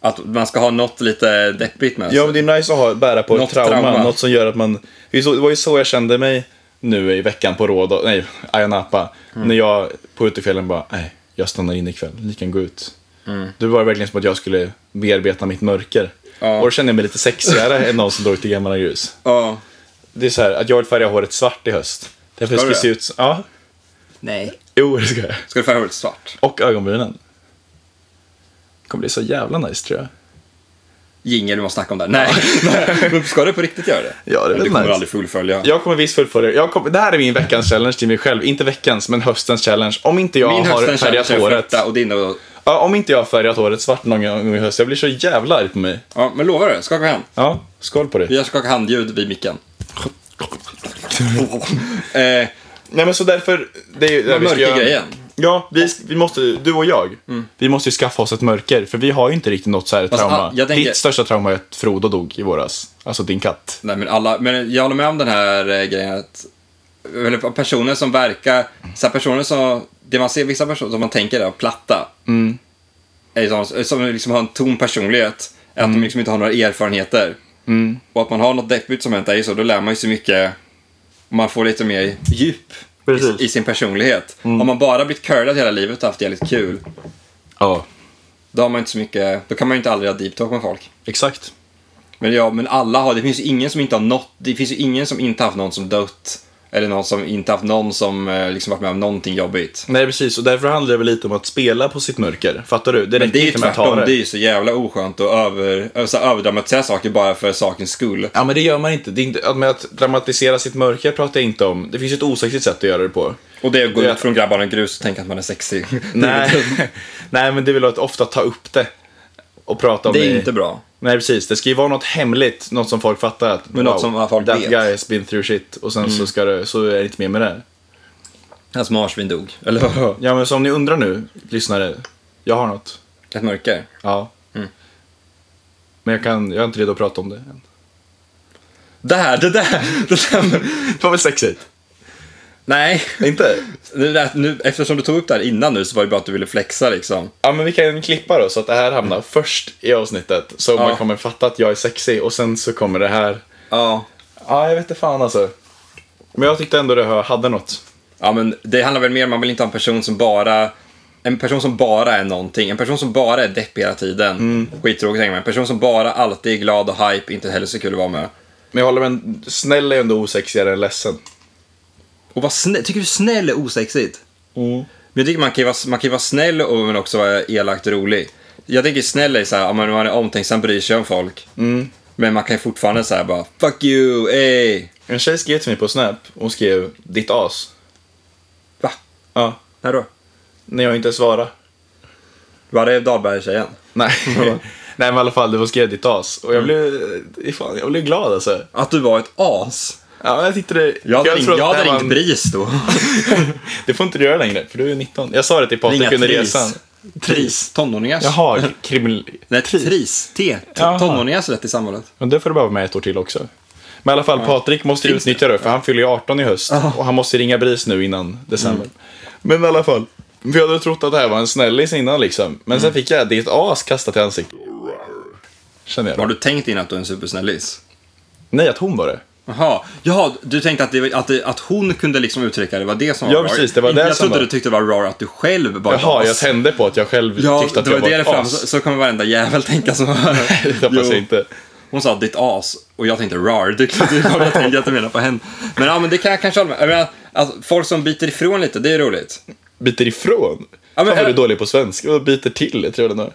S3: Att man ska ha något lite deppigt med sig.
S4: Ja, men det är nice att ha, bära
S3: Alltså,
S4: på
S3: Något
S4: ett trauma,
S3: trauma.
S4: Något som gör att man... Det är så- det var ju så jag kände mig nu i veckan på Råd,
S3: Mm.
S4: nej, Ayia Napa. När jag på utefjällen bara, nej, jag stannar in ikväll. Ni kan gå ut.
S3: Mm.
S4: Då var det verkligen som att jag skulle bearbeta mitt mörker.
S3: Ja.
S4: Och då kände jag mig lite sexigare än någon som drog till gamla grus.
S3: Ja.
S4: Det är så här, att jag vill färga håret svart i höst. Därför
S3: Ska
S4: ska det
S3: du
S4: se ut som, Ja,
S1: Nej.
S4: jo det ska jag.
S3: Ska du färga håret svart?
S4: Och ögonbrynen. Det kommer bli så jävla nice tror jag.
S3: Jingel vi måste snacka om det här. Nej. Men ska du på riktigt göra det?
S4: Ja, det
S3: Men
S4: är väl
S3: Du kommer
S4: nice.
S3: aldrig fullfölja.
S4: Jag kommer visst fullfölja det. jag kommer, Det här är min veckans challenge till mig själv. Inte veckans, men höstens challenge. Om inte jag
S3: Min
S4: har
S3: höstens
S4: färgat
S3: challenge är att
S4: håret.
S3: flytta och din och...
S4: Ja, om inte jag har färgat håret svart någon gång i höst. Jag blir så jävla arg på mig.
S3: Ja, men lovar du? Skaka hand.
S4: Ja, skål på det.
S3: Vi gör skaka handljud vid micken. eh,
S4: Nej men så därför, det är ju... det vi ska göra-
S3: mörkergrejen.
S4: Ja, vi, vi måste, du och jag, vi måste ju skaffa oss ett mörker. För vi har ju inte riktigt något så här trauma.
S3: Mm. ah, jag tänker-
S4: Ditt största trauma är att Frodo dog i våras. Alltså din katt.
S3: nej, men alla... Men jag håller med om den här eh, grejen att... Eller personer som verkar... Så här personer som... Det man ser vissa personer som man tänker är platta. Är ju sådana som liksom har en tom personlighet. Är att de liksom inte har några erfarenheter. Och att man har något deppigt som hänt är ju så. Då lär man ju sig mycket. Man får lite mer djup
S4: Precis.
S3: i, i sin personlighet. Har man bara blivit curlad hela livet och haft jävligt kul.
S4: Ja,
S3: Då har man inte så mycket, då kan man ju inte aldrig ha deep talk med folk.
S4: exakt.
S3: Men ja, men alla har, det finns ju ingen som inte har något, det finns ju ingen som inte haft någon som dött. Eller någon som inte haft någon som eh, liksom varit med om någonting jobbigt.
S4: Nej precis, och därför handlar det väl lite om att spela på sitt mörker. Fattar du? Det
S3: Men det
S4: räcker
S3: är ju
S4: inte med att ta
S3: tvärtom, det är
S4: det.
S3: ju så jävla oskönt att över, alltså, överdramatisera saker bara för sakens skull.
S4: Ja men det gör man inte. Det är inte att, med att dramatisera sitt mörker pratar jag inte om. Det finns ju ett osexigt sätt att göra det på.
S3: Och det är att gå
S4: Ja.
S3: ut från grabbarna och grus och tänka att man är sexig.
S4: Nej. Nej men det är väl att ofta ta upp det. Och prata om det.
S3: det är inte bra.
S4: Nej precis, det ska ju vara något hemligt, något som folk fattar. Att,
S3: Men något som folk
S4: that
S3: vet. Mm.
S4: guy has been through shit och sen så, ska det, så är det inte mer med det.
S3: Hans marsvin dog, eller vadå?
S4: Ja men som ni undrar nu, lyssnare, jag har något.
S3: Ett mörker.
S4: Ja.
S3: Mm.
S4: Men jag, kan, jag är inte redo att prata om det än.
S3: Det här, det där, det där.
S4: Det var väl sexigt?
S3: Nej,
S4: Inte?
S3: det där, nu, eftersom du tog upp det här innan nu så var det bara att du ville flexa liksom.
S4: Ja men vi kan klippa då så att det här hamnar först i avsnittet. Så
S3: Mm. Ja.
S4: man kommer fatta att jag är sexig och sen så kommer det här.
S3: Ja.
S4: Ja jag vet inte fan alltså. Men jag tyckte ändå det här hade något.
S3: Ja, men det handlar väl mer om man vill inte ha en person som bara en person som bara är någonting, en person som bara är deppig hela tiden, skittråkigt att hänga med, en person som bara alltid är glad och hype, inte heller så kul att vara med.
S4: Men jag håller med, snäll är ändå osexigare än ledsen.
S3: Och vad snä- tycker du snäll är osexigt? Men jag tycker man kan ju vara, man kan ju vara snäll och men också vara elakt och rolig. Jag tänker snäll är så här, ja, men man är omtänksam, bryr sig om folk. Men man kan ju fortfarande säga bara, fuck you, ey.
S4: En tjej skrev till mig på Snap, hon skrev ditt as.
S3: Va?
S4: Ja.
S3: När då?
S4: När jag inte svarade.
S3: Var det Dahlberg-tjejen?
S4: Nej.
S3: Mm.
S4: Nej men i alla fall, hon skrev ditt as. Och jag blev, eh, fan, jag blev glad alltså.
S3: Att du var ett as?
S4: Ja, jag tyckte det...
S3: Jag hade, ringt,
S4: tror att
S3: jag
S4: det
S3: hade
S4: här var
S3: ringt
S4: en-
S3: BRIS då.
S4: Det får inte du göra längre, för du är 19. Jag sa det till
S3: Ringa
S4: Patrik under
S3: Tris.
S4: resan.
S3: Tris. Tonåringars.
S4: Jaha, kriminell...
S3: Nej, tris. T. T-
S4: Jaha.
S3: Tonåringars rätt i samhället.
S4: Men det får du bara vara med ett år till också. Men i alla fall, Patrik måste ju utnyttja det, för han fyller ju 18 i höst. Och han måste ringa BRIS nu innan december.
S3: Mm.
S4: Men i alla fall. För jag hade trott att det här var en snällis innan liksom. Men
S3: Mm.
S4: sen fick jag ditt as kastat i ansiktet. Känner jag.
S3: Har du tänkt in att du är en supersnällis?
S4: Nej, att hon var det.
S3: Jaha, Jaha du tänkte att, det, att, det, att hon kunde liksom uttrycka det, var det som var
S4: Ja,
S3: rar.
S4: precis, det var
S3: Inte-
S4: det
S3: Jag
S4: som
S3: trodde
S4: var-
S3: du tyckte det var rar att du själv var ett
S4: Jaha,
S3: as.
S4: jag tände på att jag själv
S3: Ja,
S4: tyckte att
S3: det
S4: jag
S3: var
S4: var
S3: det det
S4: ett
S3: fram.
S4: as.
S3: Så, så kommer varenda jävel tänka så.
S4: Det hoppas
S3: Jo.
S4: jag inte.
S3: Hon sa ditt as och jag tänkte rar. Det är klart jag tänkte att du menar på henne. Men ja, men det kan jag kanske hålla med. Jag menar, alltså, folk som biter ifrån lite, det är roligt.
S4: Biter ifrån?
S3: men-
S4: Fan vad du
S3: äh-
S4: är dålig på svenska. Och biter till, jag tror jag det är.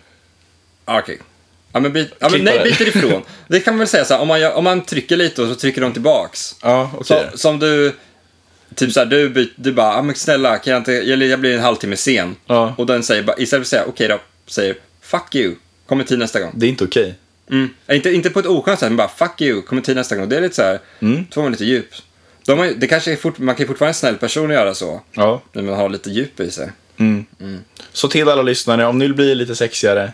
S3: Ah, Okej. Ja, men, bit, ja, men
S4: Klippa
S3: nej,
S4: det.
S3: biter ifrån. Det kan man väl säga så här, om man, gör- om man trycker lite och så trycker de tillbaks.
S4: Ja,
S3: Så,
S4: Ah, okej.
S3: Som du, typ såhär, du, byt- du bara, ah, men snälla, kan jag inte, jag, jag blir en halvtimme sen.
S4: Ja.
S3: Och den säger bara, istället för att säga, okej då, säger, fuck you, kom i tid nästa gång.
S4: Det är inte okej.
S3: Mm. Inte, inte på ett oskönt sätt, men bara, fuck you, kom i tid nästa gång. Det är lite såhär,
S4: Mm.
S3: två minuter djup. De har, ju- det kanske är fort, man kan ju fortfarande vara en snäll person och göra så,
S4: Ja.
S3: när man har lite djup i sig.
S4: Så till alla lyssnare, om ni vill bli lite sexigare,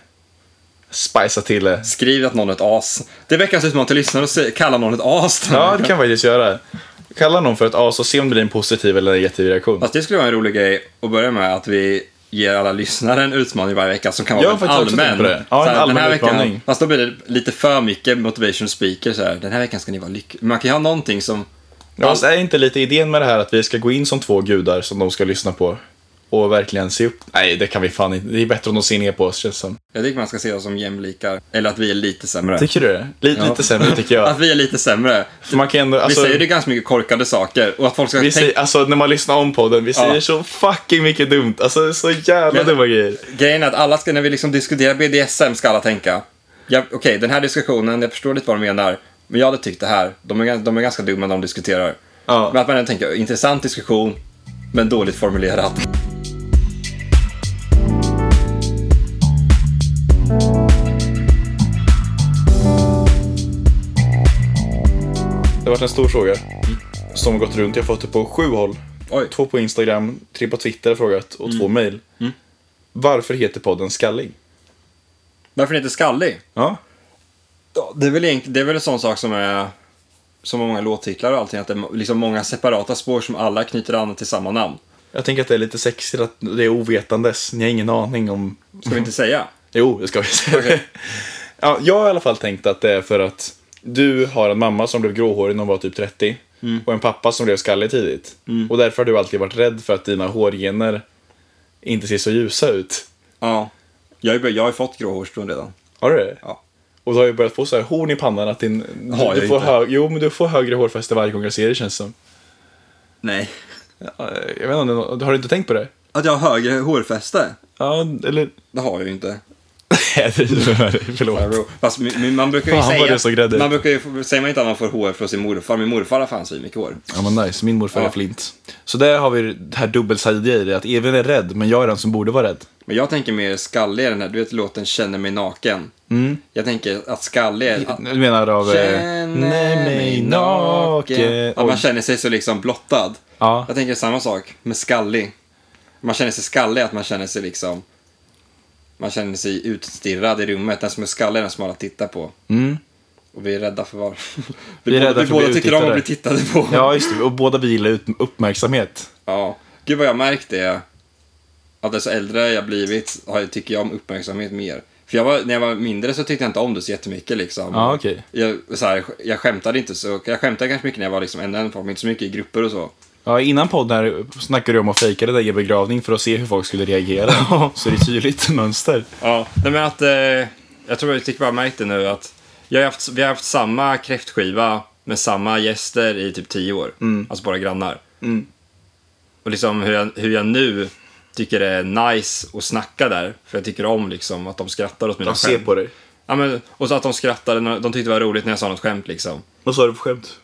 S4: spicea till det.
S3: Skriv att någon är ett as. Det är veckans utmaning till lyssnare att se- kalla någon ett as.
S4: Ja, det kan jag faktiskt göra. Kalla någon för ett as och se om det blir en positiv eller negativ reaktion.
S3: Fast det skulle vara en rolig grej att börja med att vi ger alla lyssnare en utmaning varje vecka som kan vara
S4: Jag har
S3: väldigt
S4: faktiskt också
S3: allmän.
S4: tänkt på det. Ja,
S3: Så här,
S4: en allmän
S3: den här Veckan,
S4: utmaning.
S3: fast då blir det lite för mycket motivation speaker så här. Den här veckan ska ni vara lyckliga. Man kan ju ha någonting som...
S4: Ja, Fast är inte lite idén med det här att vi ska gå in som två gudar som de ska lyssna på? och verkligen se upp. Nej, det kan vi fan inte. Det är bättre om de ser ner på oss känns det som.
S3: Jag tycker man ska se oss som jämlikar. Eller att vi är lite sämre.
S4: Tycker du det? Lite,
S3: Ja.
S4: lite sämre tycker jag.
S3: Att vi är lite sämre.
S4: För man kan ändå, alltså,
S3: vi säger ju ganska mycket korkade saker. Och att folk ska
S4: vi
S3: tänka...
S4: säger, alltså när man lyssnar om podden, vi säger så fucking mycket dumt. Alltså så jävla
S3: Men-
S4: dumma grejer.
S3: Grejen är att alla ska, när vi liksom diskuterar BDSM ska alla tänka. Ja, Okej, den här diskussionen, jag förstår lite vad de menar. Men jag hade tyckt det här. De är, gans- de är ganska dumma när de diskuterar.
S4: Ja.
S3: Men att man ändå tänker, intressant diskussion, men dåligt formulerat.
S4: Det har varit en stor fråga som har gått runt. Jag har fått det på sju håll.
S3: Oj.
S4: Två på Instagram, tre på Twitter har frågat och två mejl. Varför heter podden Skallig?
S3: Varför är det inte skallig?
S4: Ja.
S3: Ja, det är väl, egent- det är väl en sån sak som är som många låttitlar och allting, att det är må- liksom många separata spår som alla knyter an till samma namn.
S4: Jag tänker att det är lite sexigt att det är ovetandes. Ni har ingen aning om...
S3: Ska vi inte säga?
S4: Jo, det ska vi säga. Ja, jag har i alla fall tänkt att det är för att du har en mamma som blev gråhårig när hon var typ 30 och en pappa som blev skallig tidigt. Och därför har du alltid varit rädd för att dina hårgener inte ser så ljusa ut.
S3: Ja. Jag har ju bör- jag har ju fått gråhårstrån redan.
S4: Har du det?
S3: Ja.
S4: Och du har ju börjat få så här horn i pannan att din...
S3: Har
S4: du
S3: jag
S4: får
S3: inte.
S4: Hög, jo, men du får högre hårfäste varje gång jag ser det känns som.
S3: Nej.
S4: Ja, Eh, Jag vet inte, om det är nå- har du inte tänkt på det?
S3: Att jag har högre hårfäste?
S4: Ja, eller...
S3: Det har jag ju inte.
S4: Nej, det är- Förlåt.
S3: Farbror. Fast mi- mi- man brukar ju
S4: Fan, vad
S3: säga...
S4: du såg rädd ut.
S3: man brukar ju, säger man inte att man får hår från sin morfar? Min morfar har fan så mycket hår.
S4: Ja, men nice. Min morfar är
S3: Ja.
S4: flint. Så där har vi det här dubbelsidiga i det, att Evin är rädd, men jag är den som borde vara rädd.
S3: Men jag tänker mer skallig är den här, du vet låten Känner mig naken.
S4: Mm.
S3: Jag tänker att skallig är...
S4: Du menar av... eh,
S3: Känner mig naken. Att
S4: Oj.
S3: man känner sig så liksom blottad.
S4: Ja.
S3: Jag tänker samma sak med skallig. Man känner sig skallig, att man känner sig liksom... Man känner sig utstirrad i rummet. Den som är skallig är den som alla tittar på. Och vi är rädda för var... Vi,
S4: Mm.
S3: båda-
S4: Vi är rädda
S3: vi
S4: för att
S3: båda
S4: bli
S3: tycker om att bli
S4: uttittade.
S3: tittade på.
S4: Ja, just det. Och båda vi gillar ut- uppmärksamhet.
S3: Ja. Gud vad jag har märkt det. Att desto äldre jag blivit har jag, tycker jag om uppmärksamhet mer. För jag var, när jag var mindre så tyckte jag inte om det så jättemycket liksom.
S4: Ja, okej.
S3: jag, så här, jag skämtade inte så, jag skämtade kanske mycket när jag var liksom en och en form, inte så mycket i grupper och så.
S4: Ja, innan podden här snackade du om att fejka det där i begravning för att se hur folk skulle reagera. Så det är tydligt mönster.
S3: Ja, nej men att, eh, jag tror jag tycker bara märkt det nu att jag har haft, vi har haft samma kräftskiva med samma gäster i typ tio år.
S4: Mm.
S3: Alltså bara grannar. Och liksom hur jag, hur jag nu tycker det är nice att snacka där. För jag tycker om liksom att de skrattar åt mina
S4: De ser på dig.
S3: Ja, men, och så att de skrattade, när- de tyckte det var roligt när jag sa något skämt liksom.
S4: Vad sa du för skämt?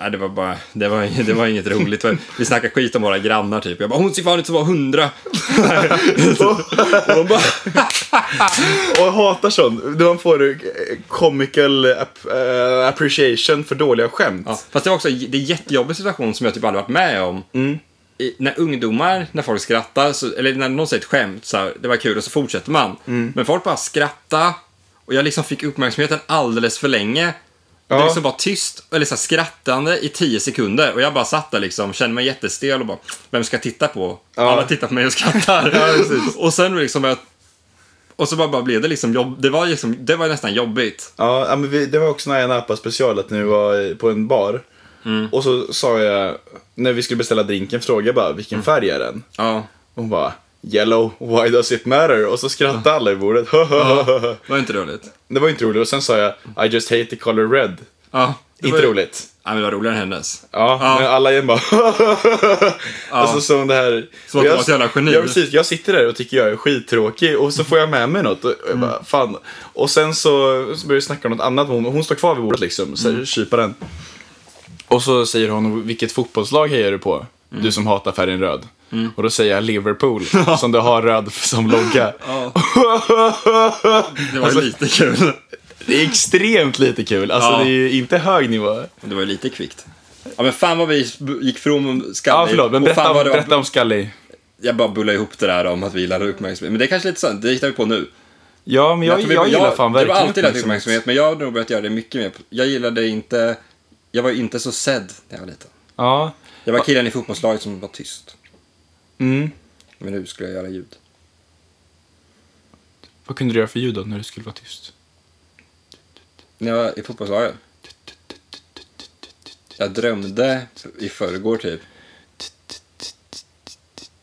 S3: Nej, det var bara, det var, ing- det var inget roligt. Vi snackade skit om våra grannar typ. Jag bara, hon ser fan ut som var hundra. och de bara,
S4: Och jag hatar sånt. Man får eh, comical app- eh, appreciation för dåliga skämt.
S3: Ja, fast det var också det är en jättejobbig situation som jag typ aldrig varit med om.
S4: Mm.
S3: I, när ungdomar, när folk skrattar, så, eller när någon säger ett skämt, så här, det var kul och så fortsätter man.
S4: Mm.
S3: Men folk bara skratta och jag liksom fick uppmärksamheten alldeles för länge.
S4: Ja.
S3: Det liksom var tyst, eller så här, skrattande i tio sekunder och jag bara satt där liksom, kände mig jättestel och bara, vem ska jag titta på? Alla tittar på mig och skrattar.
S4: Ja, precis.
S3: och sen liksom, jag, och så bara, bara blev det liksom, jobb, det var liksom, det var nästan jobbigt.
S4: Ja, ja, men vi, det var också när jag nappade special att nu var eh, på en bar. Och så sa jag, när vi skulle beställa drinken, frågade jag bara vilken färg är den?
S3: Ja,
S4: Och hon bara, yellow, why does it matter? Och så skrattade alla i bordet.
S3: det var inte roligt.
S4: Det var ju inte roligt. Och sen sa jag, I just hate the color red.
S3: Ja, det
S4: Inte
S3: var-
S4: roligt.
S3: Ja, men det var roligare än hennes.
S4: Ja,
S3: Ja.
S4: men alla igen bara Alltså som det här.
S3: Som att
S4: Och
S3: de var ett jävla geni.
S4: Ja, precis. Jag sitter där och tycker jag är skittråkig och så får jag med mig något. Och, jag
S3: Mm.
S4: bara, fan. och sen så, så börjar vi snacka om något annat. Hon, hon står kvar vid bordet liksom, så här,
S3: Mm.
S4: kypar den. Och så säger hon, vilket fotbollslag hejar du på?
S3: Mm.
S4: Du som hatar färgen röd. Och då säger jag Liverpool, som du har röd som logga.
S3: Det var ju
S4: Alltså-
S3: lite kul.
S4: Det är extremt lite kul. Alltså
S3: Ja.
S4: det är ju inte hög nivå.
S3: Det var ju lite kvickt. Ja men fan vad vi gick från skallig.
S4: Ja, förlåt. Men
S3: och
S4: berätta,
S3: fan
S4: om,
S3: vad det var-
S4: berätta om Scully.
S3: Jag bara bullade ihop det där om att vi gillar uppmärksamhet. Men det är kanske lite sant, det hittar vi på nu.
S4: Ja, men jag,
S3: tror
S4: jag,
S3: vi-
S4: gillar fan
S3: Det var
S4: verkligen
S3: alltid lite uppmärksamhet, men jag har nog börjat göra det mycket mer. Jag gillade inte, jag var inte så sedd när jag var liten.
S4: Ja.
S3: Jag var killen i fotbollslaget som var tyst.
S4: mm.
S3: Men nu skulle jag göra ljud.
S4: Vad kunde du göra för ljud då när du skulle vara tyst?
S3: När jag var i fotbollslaget. Jag drömde i förrgår typ.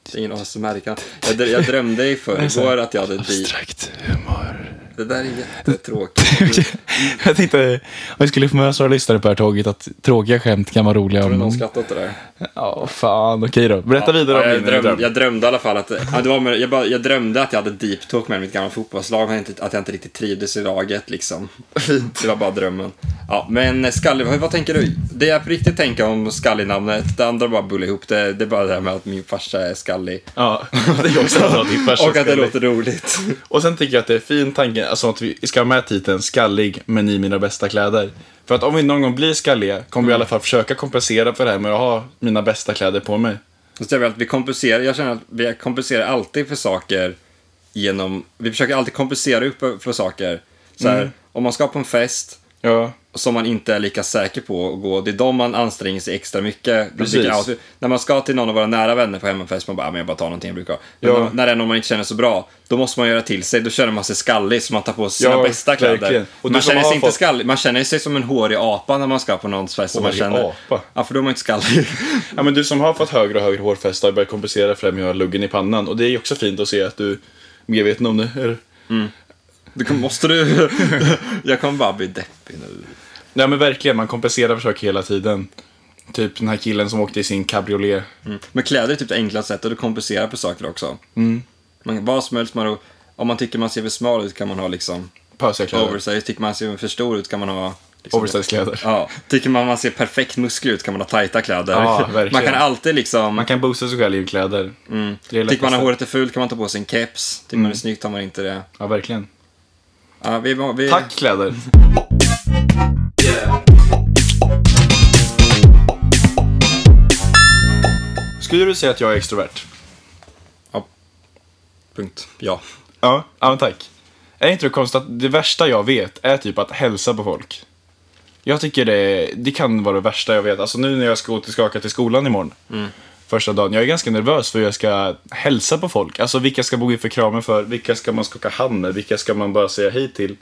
S3: haft ingen ASMR-kan. Jag, drö- jag drömde i förrgår att jag hade dit.
S4: Abstrakt humor.
S3: Det där är jättetråkigt.
S4: jag tänkte om vi skulle få med oss några lyssnare på det här tåget att tråkiga skämt kan vara roliga.
S3: Har någon
S4: Om...
S3: skrattat åt det där?
S4: Ja, fan. Okej då. Berätta vidare om
S3: Ja,
S4: din
S3: jag, drömde,
S4: dröm.
S3: jag drömde i alla fall att, ja, det var med, jag, bara, jag drömde att jag hade deep talk med mitt gamla fotbollslag, men inte- att jag inte riktigt trivdes i laget liksom. Det var bara drömmen. Ja, men Skalli, vad, vad tänker du? Det jag på riktigt tänker om Skalli-namnet, det andra bara bullar ihop det, det är bara det här med att min farsa är Skalli.
S4: Ja, det är också bra till farsa
S3: Och att det
S4: skallig.
S3: låter roligt.
S4: Och sen tycker jag att det är fin tanke alltså att vi ska ha med titeln skallig men i mina bästa kläder. För att om vi någon gång blir skalliga kommer vi i alla fall försöka kompensera för det här med att ha mina bästa kläder på mig.
S3: Och så är det väl att vi kompenserar, jag känner att vi kompenserar alltid för saker genom, vi försöker alltid kompensera upp för saker. Så
S4: Mm.
S3: här, om man ska på en fest,
S4: Ja.
S3: som man inte är lika säker på att gå. Det är de man anstränger sig extra mycket. De
S4: Precis.
S3: tycker, "Ja, när man ska till någon av våra nära vänner på hemmafest, man bara, "Ah, men jag bara tar någonting jag brukar ha. Men
S4: Ja.
S3: då- när det är någon man inte känner så bra, då måste man göra till sig. Då känner man sig skallig, så man tar på sig sina
S4: Ja,
S3: bästa kläder.
S4: verkligen. Och du
S3: man
S4: som
S3: känner
S4: har
S3: sig inte
S4: fått-
S3: skallig, man känner sig som en hårig apa när man ska på någons fest. som man
S4: Hårig
S3: känner.
S4: apa?
S3: Ja, för då är man inte skallig.
S4: ja men du som har fått högre och högre hårfäste har ju börjat kompensera för det här med att ha luggen i pannan. Och det är ju också fint att se att du är medveten om det. Eller?
S3: Du kommer- måste du... jag kommer bara bli deppig nu.
S4: Nej men verkligen, man kompenserar för saker hela tiden. Typ den här killen som åkte i sin cabriolet.
S3: Mm. Men kläder är typ det enklaste sättet att kompensera på saker också.
S4: Mm.
S3: Man, vad som helst, man, om man tycker man ser för smal ut kan man ha liksom
S4: Pösiga kläder.
S3: Oversize, tycker man ser för stor ut kan man ha... liksom-
S4: Oversize kläder.
S3: Ja, tycker man man ser perfekt musklig ut kan man ha tajta kläder.
S4: Ja,
S3: man
S4: verkligen.
S3: kan alltid liksom...
S4: Man kan boosta sig själv i kläder. Mm. Det är
S3: tycker man att
S4: lättast.
S3: håret är fult kan man ta på sig en keps. Tycker man det är snyggt har man inte det.
S4: Ja, verkligen.
S3: Ja, vi, vi,
S4: Tack kläder. Skulle du säga att jag är extrovert?
S3: Punkt. Ja.
S4: Ja. Ja, men tack. Är inte det konstigt att det värsta jag vet är typ att hälsa på folk? Jag tycker det, det kan vara det värsta jag vet. Alltså nu när jag ska gå till- ska åka till skolan imorgon. Första dagen. Jag är ganska nervös för hur jag ska hälsa på folk. Alltså vilka ska bo för kramen för? Vilka ska man skaka hand med? Vilka ska man bara säga hej till?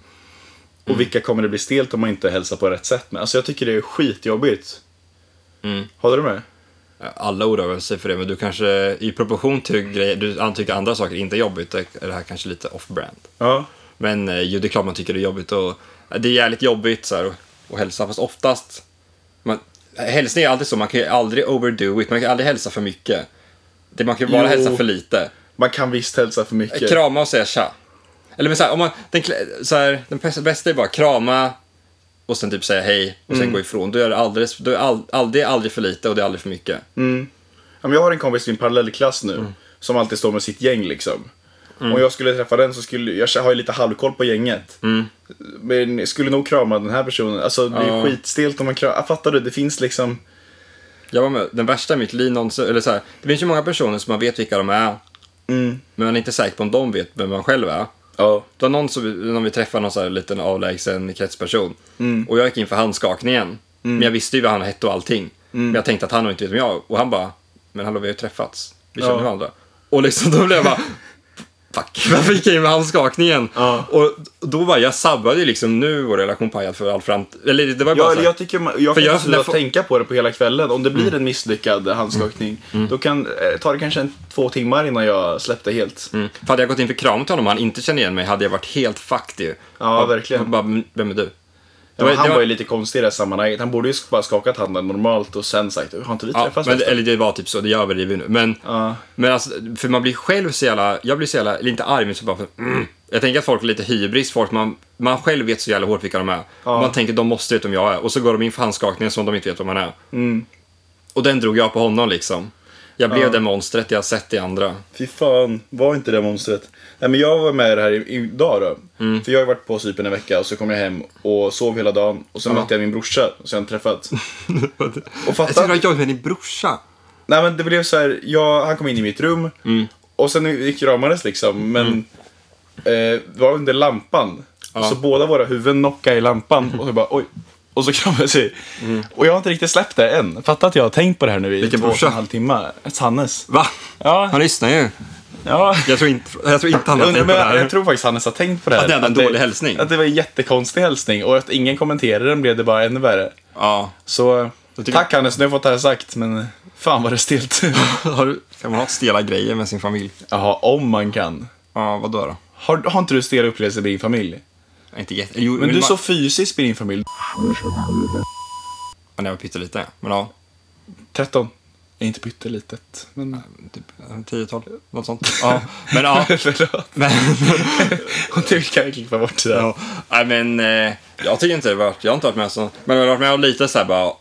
S4: Och vilka kommer det bli stelt om man inte hälsar på rätt sätt med? Alltså jag tycker det är skitjobbigt. Håller du med?
S3: Alla oroar sig för det, men du kanske i proportion till grejer, du an- tycker andra saker inte är jobbigt, är det här kanske lite off-brand.
S4: Ja.
S3: Men eh, ju, det är klart man tycker det är jobbigt och eh, det är jävligt jobbigt så här, att- att hälsa, fast oftast man, hälsning är alltid så, man kan ju aldrig overdo it, man kan aldrig hälsa för mycket. Det, man kan ju bara
S4: Jo.
S3: hälsa för lite.
S4: Man kan visst hälsa för mycket.
S3: Krama och säga tja. Eller men så här, om man, den, klä- så här, den bästa- bästa är bara krama och sen typ säga hej och sen gå ifrån. Du är det alldeles, du är all, all, det är aldrig för lite och det är aldrig för mycket.
S4: Ja, men jag har en kompis i min parallellklass nu som alltid står med sitt gäng liksom. Om jag skulle träffa den så skulle jag har ju lite halvkoll på gänget. Men jag skulle nog krama den här personen. Alltså det är
S3: Ja.
S4: skitstelt om man kramar. Ah, fattar du? Det finns liksom.
S3: Jag var med, den värsta i mitt liv någonsin, eller så här, det finns ju många personer som man vet vilka de är,
S4: mm.
S3: men man är inte säker på om de vet vem man själv är.
S4: Ja.
S3: Det var någon som, när vi träffade någon så här liten avlägsen kretsperson.
S4: Mm.
S3: Och jag gick in för handskakningen. Men jag visste ju vad han hette och allting.
S4: Mm.
S3: Men jag tänkte att han nog inte vet vem jag är. Och han bara, men hallå vi har ju träffats. Vi känner
S4: Ja.
S3: varandra. Och liksom då blev jag bara, fuck, varför gick jag in med handskakningen?
S4: Ja.
S3: Och då bara, jag sabbade ju liksom nu vår relation pajad för all framtid. Eller det var ju bara
S4: Ja,
S3: så
S4: eller
S3: här,
S4: jag tycker man, jag
S3: För
S4: kan
S3: jag-
S4: jag, Mm. sluta
S3: när fo-
S4: tänka på det på hela kvällen. Om det blir en misslyckad handskakning, då kan, eh, tar det kanske en, två timmar innan jag släppte helt.
S3: Mm. För hade jag gått in för kram till honom och han inte kände igen mig hade jag varit helt fucked ju.
S4: Ja, verkligen.
S3: Jag bara, "Men vem är du?
S4: Ja, men
S3: det
S4: han var ju lite konstig i det här sammanhanget. Han borde ju bara skakat handen normalt och sen sagt, har inte vi
S3: Ja,
S4: träffats
S3: men,
S4: förresten?"
S3: eller det var typ så, det jag överdriver nu. Men,
S4: Ja.
S3: men alltså, för man blir själv så jävla, jag blir så jävla, eller inte arg men så bara, mm. jag tänker att folk är lite hybris, folk man, man själv vet så jävla hårt vilka de är. Man tänker de måste veta vem jag är och så går de in för handskakningen som de inte vet vem man är.
S4: Mm.
S3: Och den drog jag på honom liksom. Jag blev det monstret jag sett i andra.
S4: Fy fan, var inte det monstret. Nej men jag var med i det här i- idag då. För jag har ju varit på Cypern en vecka och så kom jag hem och sov hela dagen. Och sen mötte jag min brorsa som jag inte träffat. och
S3: Jag tycker det
S4: fattat.
S3: var jobbigt med din brorsa.
S4: Nej men det blev så här, jag, han kom in i mitt rum. Och sen vi kramades liksom. Men eh, det var under lampan. Så båda våra huvuden knockade i lampan. Och jag bara oj. Och så kramades vi. Och jag har inte riktigt släppt det än. Fatta att jag har tänkt på det här nu i
S3: Vilken
S4: två och
S3: brorsa?
S4: en halv timme. Hannes.
S3: Va?
S4: Ja,
S3: Han lyssnar ju.
S4: ja.
S3: Jag tror inte, jag tror inte han har
S4: Jag,
S3: tänkt
S4: undrar,
S3: på
S4: men
S3: det
S4: jag,
S3: här.
S4: jag tror faktiskt Hannes har tänkt på det här.
S3: Att det är en dålig hälsning.
S4: Att det var en jättekonstig hälsning och att ingen kommenterade den blev det bara ännu värre.
S3: Ja.
S4: Så
S3: tycker-
S4: tack Hannes, nu har jag fått det här sagt. Men Fan vad det är stelt.
S3: Har du, kan man ha stela grejer med sin familj?
S4: Jaha, om man kan.
S3: Ja, vad då? då?
S4: Har, har inte du stela upplevelser med din familj?
S3: Inte jätte... Jo,
S4: Men du är
S3: man-
S4: så fysisk med din familj.
S3: Ja, När jag var pytteliten, men ja.
S4: 13. Är inte pyttelitet. Men...
S3: Typ 10-12, något sånt. Ja, men ja.
S4: Förlåt.
S3: Men,
S4: Och du kan klippa bort det där.
S3: ja. Nej, men eh, jag tycker inte det var... Jag har inte varit med så... Men jag har varit med om lite så här bara...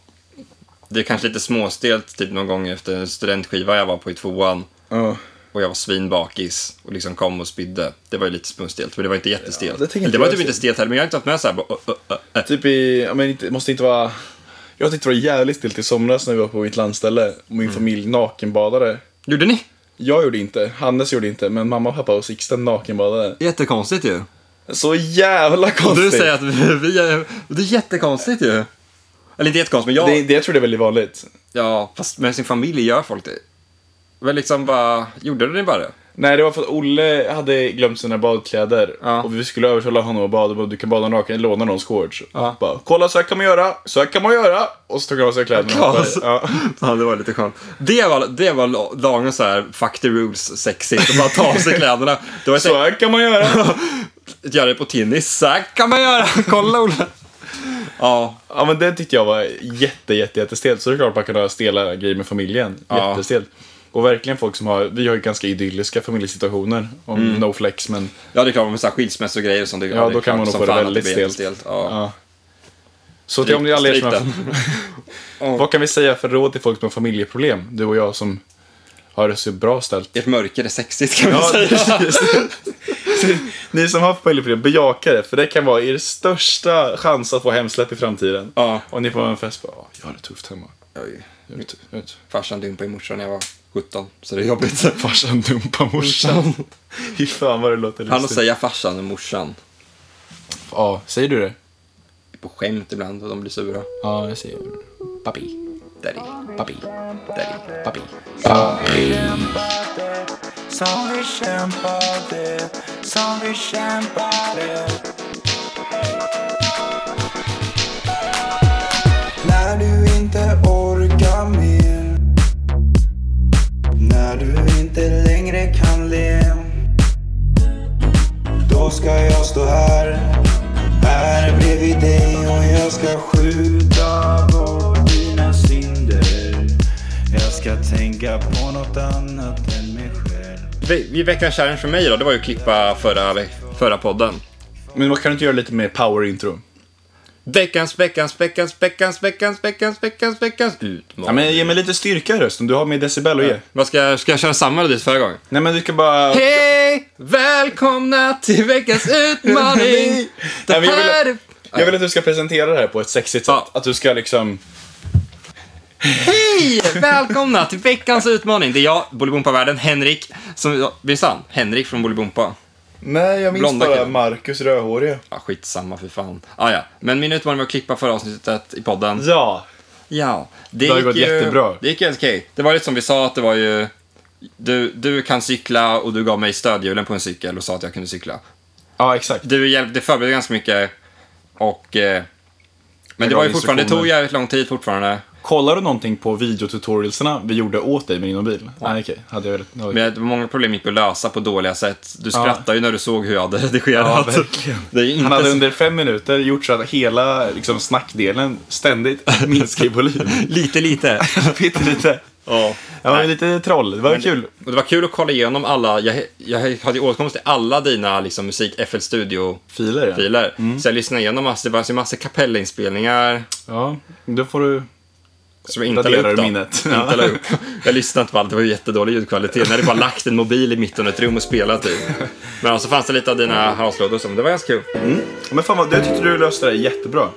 S3: Det är kanske lite småstelt typ någon gång efter en studentskiva jag var på i tvåan.
S4: Ja.
S3: Och jag var svinbakis och liksom kom och spydde. Det var ju lite småstelt, men det var inte jättestelt.
S4: det
S3: det,
S4: tänker inte
S3: var
S4: jag
S3: typ
S4: se.
S3: inte stelt heller, men jag har inte varit med så här bara... "Ö, ö, ö, ö."
S4: Typ i, ja, men inte, måste inte vara... Jag tyckte det var jävligt stelt i somras när vi var på mitt landställe och
S3: Mm.
S4: min familj nakenbadade.
S3: Gjorde ni?
S4: Jag gjorde inte, Hannes gjorde inte, men mamma, pappa och Sixten nakenbadade.
S3: Jättekonstigt ju.
S4: Så jävla
S3: Du
S4: konstigt!
S3: säger att vi, vi är... Det är jättekonstigt ju. Eller inte jättekonstigt, men jag...
S4: det, det, jag tror det är väldigt vanligt.
S3: Ja, fast med sin familj gör folk det. Men liksom bara, gjorde ni bara det?
S4: Nej, det var för att Olle hade glömt sina badkläder
S3: Ja.
S4: och vi skulle övertala honom att bada. och bara, Du kan bada naken, låna någons shorts.
S3: Ja.
S4: Bara, Kolla, så här kan man göra, så här kan man göra! Och så tog han av sig kläderna. och hoppade.
S3: Kaos.
S4: Ja.
S3: Ja, det var lite skönt. Det var, det var dagens så här, fuck the rules sexigt. Och bara ta av sig kläderna. Det var
S4: Så
S3: så
S4: här kan man göra!
S3: att göra det på tinnis. Så här kan man göra. Kolla Olle. Ja,
S4: Ja men det tyckte jag var jätte, jätte, jättestelt. Så det är klart man kan ha stela grejer med familjen.
S3: Ja.
S4: Jättestelt. Och verkligen folk som har, vi har ju ganska idylliska familjesituationer. Om
S3: Mm.
S4: no flex men.
S3: ja det är klart med så här skilsmässor och grejer och sånt. det-
S4: Ja,
S3: det är
S4: då kan
S3: klart
S4: man nog
S3: som
S4: få det
S3: fan att
S4: väldigt
S3: blir
S4: stelt.
S3: Ja.
S4: Ja. Så till om ni alla er som
S3: Stryk
S4: har, Vad kan vi säga för råd till folk som har familjeproblem? Du och jag som har det så bra ställt.
S3: Ert mörker är sexigt kan man
S4: Ja,
S3: säga.
S4: Ni som har familjeproblem, bejaka det. För det kan vara er största chans att få hemsläpp i framtiden.
S3: Ja.
S4: Och ni får en fest bara, "Ja, jag har det tufft hemma. Jag har det tufft, jag har det tufft.
S3: Farsan dumpade ju morsan när jag var 17, så det är jobbigt.
S4: Farsan dumpar morsan. Fy fan vad det låter
S3: Han och
S4: lustigt.
S3: säga farsan och morsan.
S4: Ja, säger du det?
S3: På skämt ibland och de blir sura.
S4: Ja, jag säger det. Papi,
S3: Daddy,
S4: papi,
S3: daddy.
S4: papi.
S2: När du inte orkar mer När du inte längre kan le Då ska jag stå här Här bredvid dig och jag ska skjuta bort dina synder Jag ska tänka på något annat än mig själv
S3: Vi, vi veckans challenge för mig då, det var ju att klippa förra, ve- förra podden.
S4: Men vad kan du inte göra lite mer power intro?
S3: Veckans, veckans, veckans, veckans, veckans, veckans, veckans, veckans
S4: Ja,
S3: utmaning.
S4: men ge mig lite styrka i rösten, du har mer decibel att ge.
S3: Vad ska, jag- ska jag köra samma dit förra gången?
S4: Nej men du ska bara...
S3: Hej! Välkomna till veckans utmaning! Det
S4: Nej, men jag vill-
S3: här är...
S4: Jag vill att du ska presentera det här på ett sexigt sätt.
S3: Ja.
S4: Att du ska liksom...
S3: Hej! Välkomna till veckans utmaning. Det är jag, Bolibompa-världen, Henrik. Som, visst han? Henrik från Bolibompa.
S4: Nej, jag minns
S3: Blonda
S4: bara
S3: killen.
S4: Marcus rödhårige.
S3: Ja, skitsamma för fan. Ah, ja. Men min utmaning var att klippa förra avsnittet i podden.
S4: Ja.
S3: Ja, det,
S4: har
S3: gick
S4: gått
S3: ju,
S4: jättebra.
S3: Det gick helt okej. Det var lite som vi sa att det var ju... Du, du kan cykla och du gav mig stödhjulen på en cykel och sa att jag kunde cykla.
S4: Ja, exakt.
S3: Du hjälpte, förberedde ganska mycket och... Eh, men det
S4: gav
S3: var ju fortfarande, det tog
S4: instruktioner.
S3: jävligt lång tid fortfarande.
S4: Kollar du någonting på videotutorialsna vi gjorde åt dig med din mobil? Nej, okej. Hade jag
S3: Men
S4: velat...
S3: det var många problem gick att lösa på dåliga sätt. Du skrattade ju när du såg hur jag hade redigerat.
S4: Ja, verkligen.
S3: Det är ju inte
S4: Han hade
S3: så-
S4: under fem minuter gjort så att hela liksom, snackdelen ständigt minskar i volym.
S3: Lite, lite.
S4: Pyttelite.
S3: ja.
S4: Ja, men lite troll. Det var kul.
S3: Och det var kul att kolla igenom alla, jag, jag hade ju åtkomst till alla dina liksom, musik FL Studio-filer.
S4: Filer, ja. Mm.
S3: Så jag lyssnade igenom massor, det var en massa kapellinspelningar
S4: ja. Då får du...
S3: som jag inte la
S4: Raderar
S3: upp.
S4: du
S3: då.
S4: minnet?
S3: Inte la upp. Jag lyssnade inte på allt, det var ju jättedålig ljudkvalitet. Jag hade bara lagt en mobil i mitten av ett rum och spelat typ. Men så fanns det lite av dina house-lådor som, det var ganska kul.
S4: Men fan vad, jag tyckte du löste det här jättebra.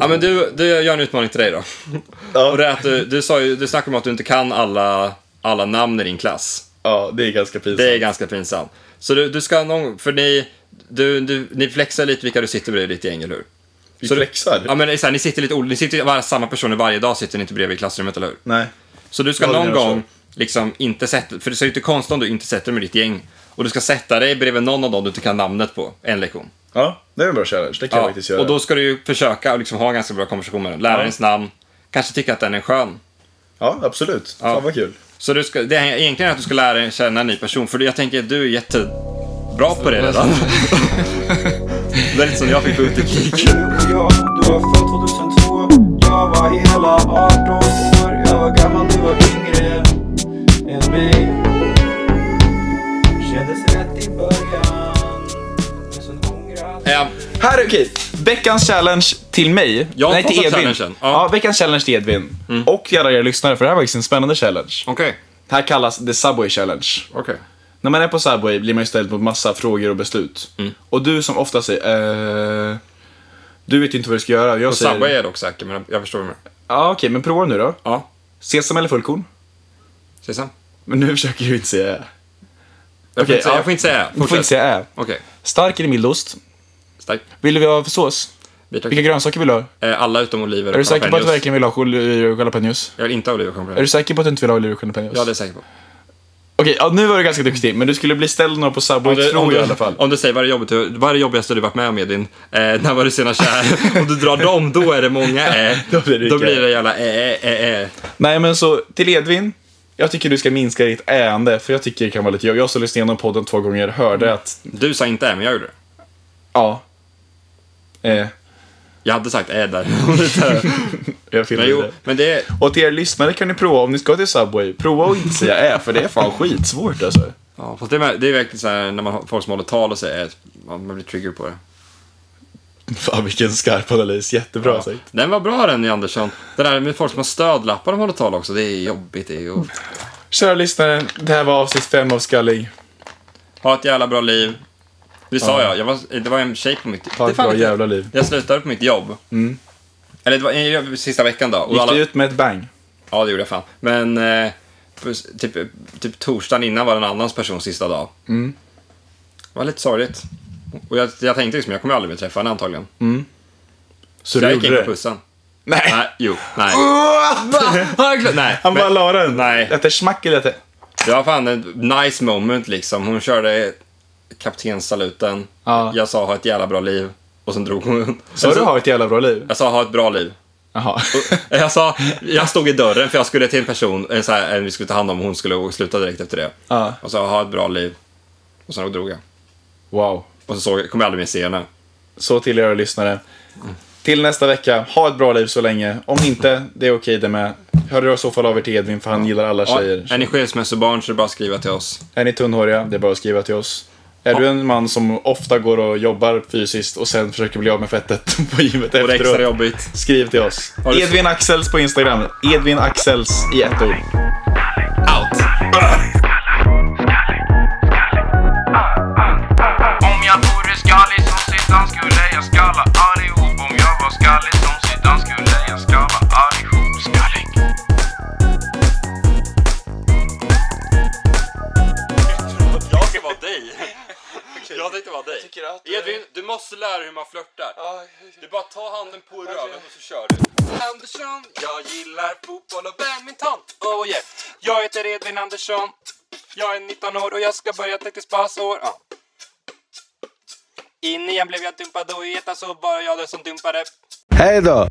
S3: Ja men du, du jag gör en utmaning till dig då.
S4: Ja.
S3: Och det är att du, du, sa ju, du snackade om att du inte kan alla, alla namn i din klass.
S4: Ja, det är ganska pinsamt.
S3: Det är ganska pinsamt. Så du, du ska någon, för ni, du, du, ni flexar lite vilka du sitter bredvid i ditt gäng, eller hur?
S4: Vi
S3: så du-
S4: flexar.
S3: Ja men det är så här, ni sitter lite olika, ni sitter bara samma personer varje dag sitter ni inte bredvid i klassrummet, eller hur?
S4: Nej.
S3: Så du ska
S4: Ja, det
S3: någon
S4: menar jag
S3: gång liksom inte sätta, för det är ju inte konstigt om du inte sätter dig med ditt gäng. Och du ska sätta dig bredvid någon av dem du inte kan namnet på, en lektion.
S4: Ja, det är en bra challenge. Det kan jag
S3: Ja,
S4: faktiskt göra.
S3: och då ska du ju försöka och liksom ha en ganska bra konversation med den. Lärarens namn, kanske tycka att den är skön.
S4: Ja, absolut.
S3: Ja.
S4: Fan vad kul.
S3: Så du ska, det är egentligen att du ska lära känna en ny person, för jag tänker att du är jättebra på det redan. det är lite som jag fick på utekik.
S2: Ja, du var född 2002 Jag var hela 18 år Jag var gammal, du var yngre än mig Kändes rätt i början Men sen ångrar
S3: Ja,
S4: Här är okej. Veckans challenge till mig.
S3: Jag har
S4: Nej, till
S3: fått
S4: Edvin.
S3: challengen. Ja. Mm.
S4: Ja. veckans challenge till Edvin. Och alla er lyssnare, för det här var faktiskt en spännande challenge.
S3: okej.
S4: Det här kallas The Subway Challenge.
S3: Okej.
S4: När man är på Subway blir man ju ställd mot massa frågor och beslut.
S3: Mm.
S4: Och du som ofta säger eh, Du vet ju inte vad du ska göra. Jag
S3: På
S4: säger...
S3: Subway är det också säkert, men jag förstår vad du menar.
S4: Ja, okej, men prova nu då.
S3: Ja,
S4: Sesam eller fullkorn?
S3: säg sen.
S4: Men nu försöker du inte säga ä.
S3: Jag, får
S4: Okej,
S3: inte säga,
S4: ja.
S3: jag får inte säga.
S4: Du får
S3: Fortsätt.
S4: inte säga ä.
S3: Okej,
S4: Stark eller mild ost?
S3: starkt.
S4: Vill du ha för sås?
S3: Bitar.
S4: Vilka grönsaker vill du ha?
S3: Eh, Alla utom oliver och
S4: Är du säker på att du
S3: jalapenos.
S4: verkligen vill ha jal- jalapenos?
S3: Jag vill inte ha oliver och
S4: Är du
S3: jalapenos.
S4: säker på att du inte vill ha jalapenos?
S3: Ja, det är jag säker på.
S4: Okej, ja, nu var du ganska duktig, men du skulle bli ställd några på Subway, tror jag i alla fall.
S3: om du säger vad är det, jobbigt, vad är det jobbigaste du varit med om Edvin? Eh, när var du senast kär? om du drar dem, då är det många eh.
S4: Då blir det
S3: Då
S4: mycket.
S3: blir det jävla eh, eh, eh, eh.
S4: Nej, men så till Edvin. Jag tycker du ska minska ditt äende, för jag tycker det kan vara lite jobbigt. Jag som lyssnade igenom podden två gånger hörde att,
S3: Du sa inte eh, men jag gjorde det.
S4: ja. Eh,
S3: Jag hade sagt eh där.
S4: jag
S3: men
S4: filmade
S3: jo,
S4: det.
S3: men det är...
S4: Och till er lyssnare kan ni prova, om ni ska till Subway, prova att inte säga ä, för det är fan skitsvårt alltså.
S3: Ja, fast det är, det är verkligen såhär när man har folk som håller tal och säger eh, man man blir trigger på det.
S4: Fan vilken skarp analys, jättebra
S3: Ja.
S4: sagt.
S3: Den var bra den Andersson. Det där med folk som har stödlappar de håller tal också, det är jobbigt. Det är ju...
S4: Kära lyssnare, det här var avsnitt fem av Skallig.
S3: Ha ett jävla bra liv. Det sa jag. jag var, det var en tjej på mitt...
S4: Ha
S3: det är
S4: ett
S3: fan
S4: bra
S3: inte-
S4: jävla liv. Mm.
S3: Jag slutade på mitt jobb. Eller det var eh, sista veckan då. Och
S4: Gick
S3: alla-
S4: du ut med ett bang?
S3: Ja, det gjorde jag fan. Men eh, på s- typ, typ torsdagen innan var det en annans person sista dag.
S4: Mm.
S3: Det var lite sorgligt. Och jag, jag tänkte liksom, jag kommer aldrig mer träffa henne antagligen.
S4: Mm. Så
S3: Så jag
S4: du
S3: gick
S4: gjorde
S3: in på
S4: det?
S3: pussen.
S4: Nej!
S3: Nej, jo, nej. Har jag glömt? Nej.
S4: Han bara
S3: men
S4: la den.
S3: Nej.
S4: Efter smack eller efter...
S3: Det var fan ett nice moment liksom. Hon körde kaptenssaluten.
S4: Ja.
S3: Jag sa ha ett jävla bra liv. Och sen drog hon.
S4: Så du har ett jävla bra liv?
S3: Jag sa ha ett bra liv.
S4: Jaha.
S3: Jag sa, jag stod i dörren för jag skulle till en person, en så här, en vi skulle ta hand om, hon skulle sluta direkt efter det.
S4: Ja.
S3: Och sa, ha ett bra liv. Och sen drog jag.
S4: Wow.
S3: Och så såg, jag- kommer jag aldrig mer se henne.
S4: Så till er lyssnare. Till nästa vecka, ha ett bra liv så länge. Om inte, det är okej det med. Hör i så fall av er till Edvin för han gillar alla
S3: Ja,
S4: tjejer.
S3: är ni skilsmässobarn så är det bara att skriva till oss.
S4: Är ni tunnhåriga, det är bara att skriva till oss. Är du en man som ofta går och jobbar fysiskt och sen försöker bli av med fettet på gymmet
S3: Och det är extra
S4: efteråt?
S3: jobbigt.
S4: Skriv till oss.
S3: Har du-
S4: Edvin Axels på Instagram. Edvin Axels i ett ord.
S3: Out!
S10: Om jag vore skallig som Zidane skulle jag skalla allihop Om jag var skallig som Zidane skulle jag skalla allihop Skallig
S3: Jag ska vara dig. Jag tänkte vara dig. Edvin, du måste lära dig hur man flörtar. Du bara ta handen på röven och så kör du. Andersson, jag gillar fotboll och badminton. Oh yeah. Jag heter Edvin Andersson. Jag är 19 år och jag ska börja tekniskt basår. Ja. In igen blev jag dumpad och i ettan så var jag den som dumpade.
S2: Hej då!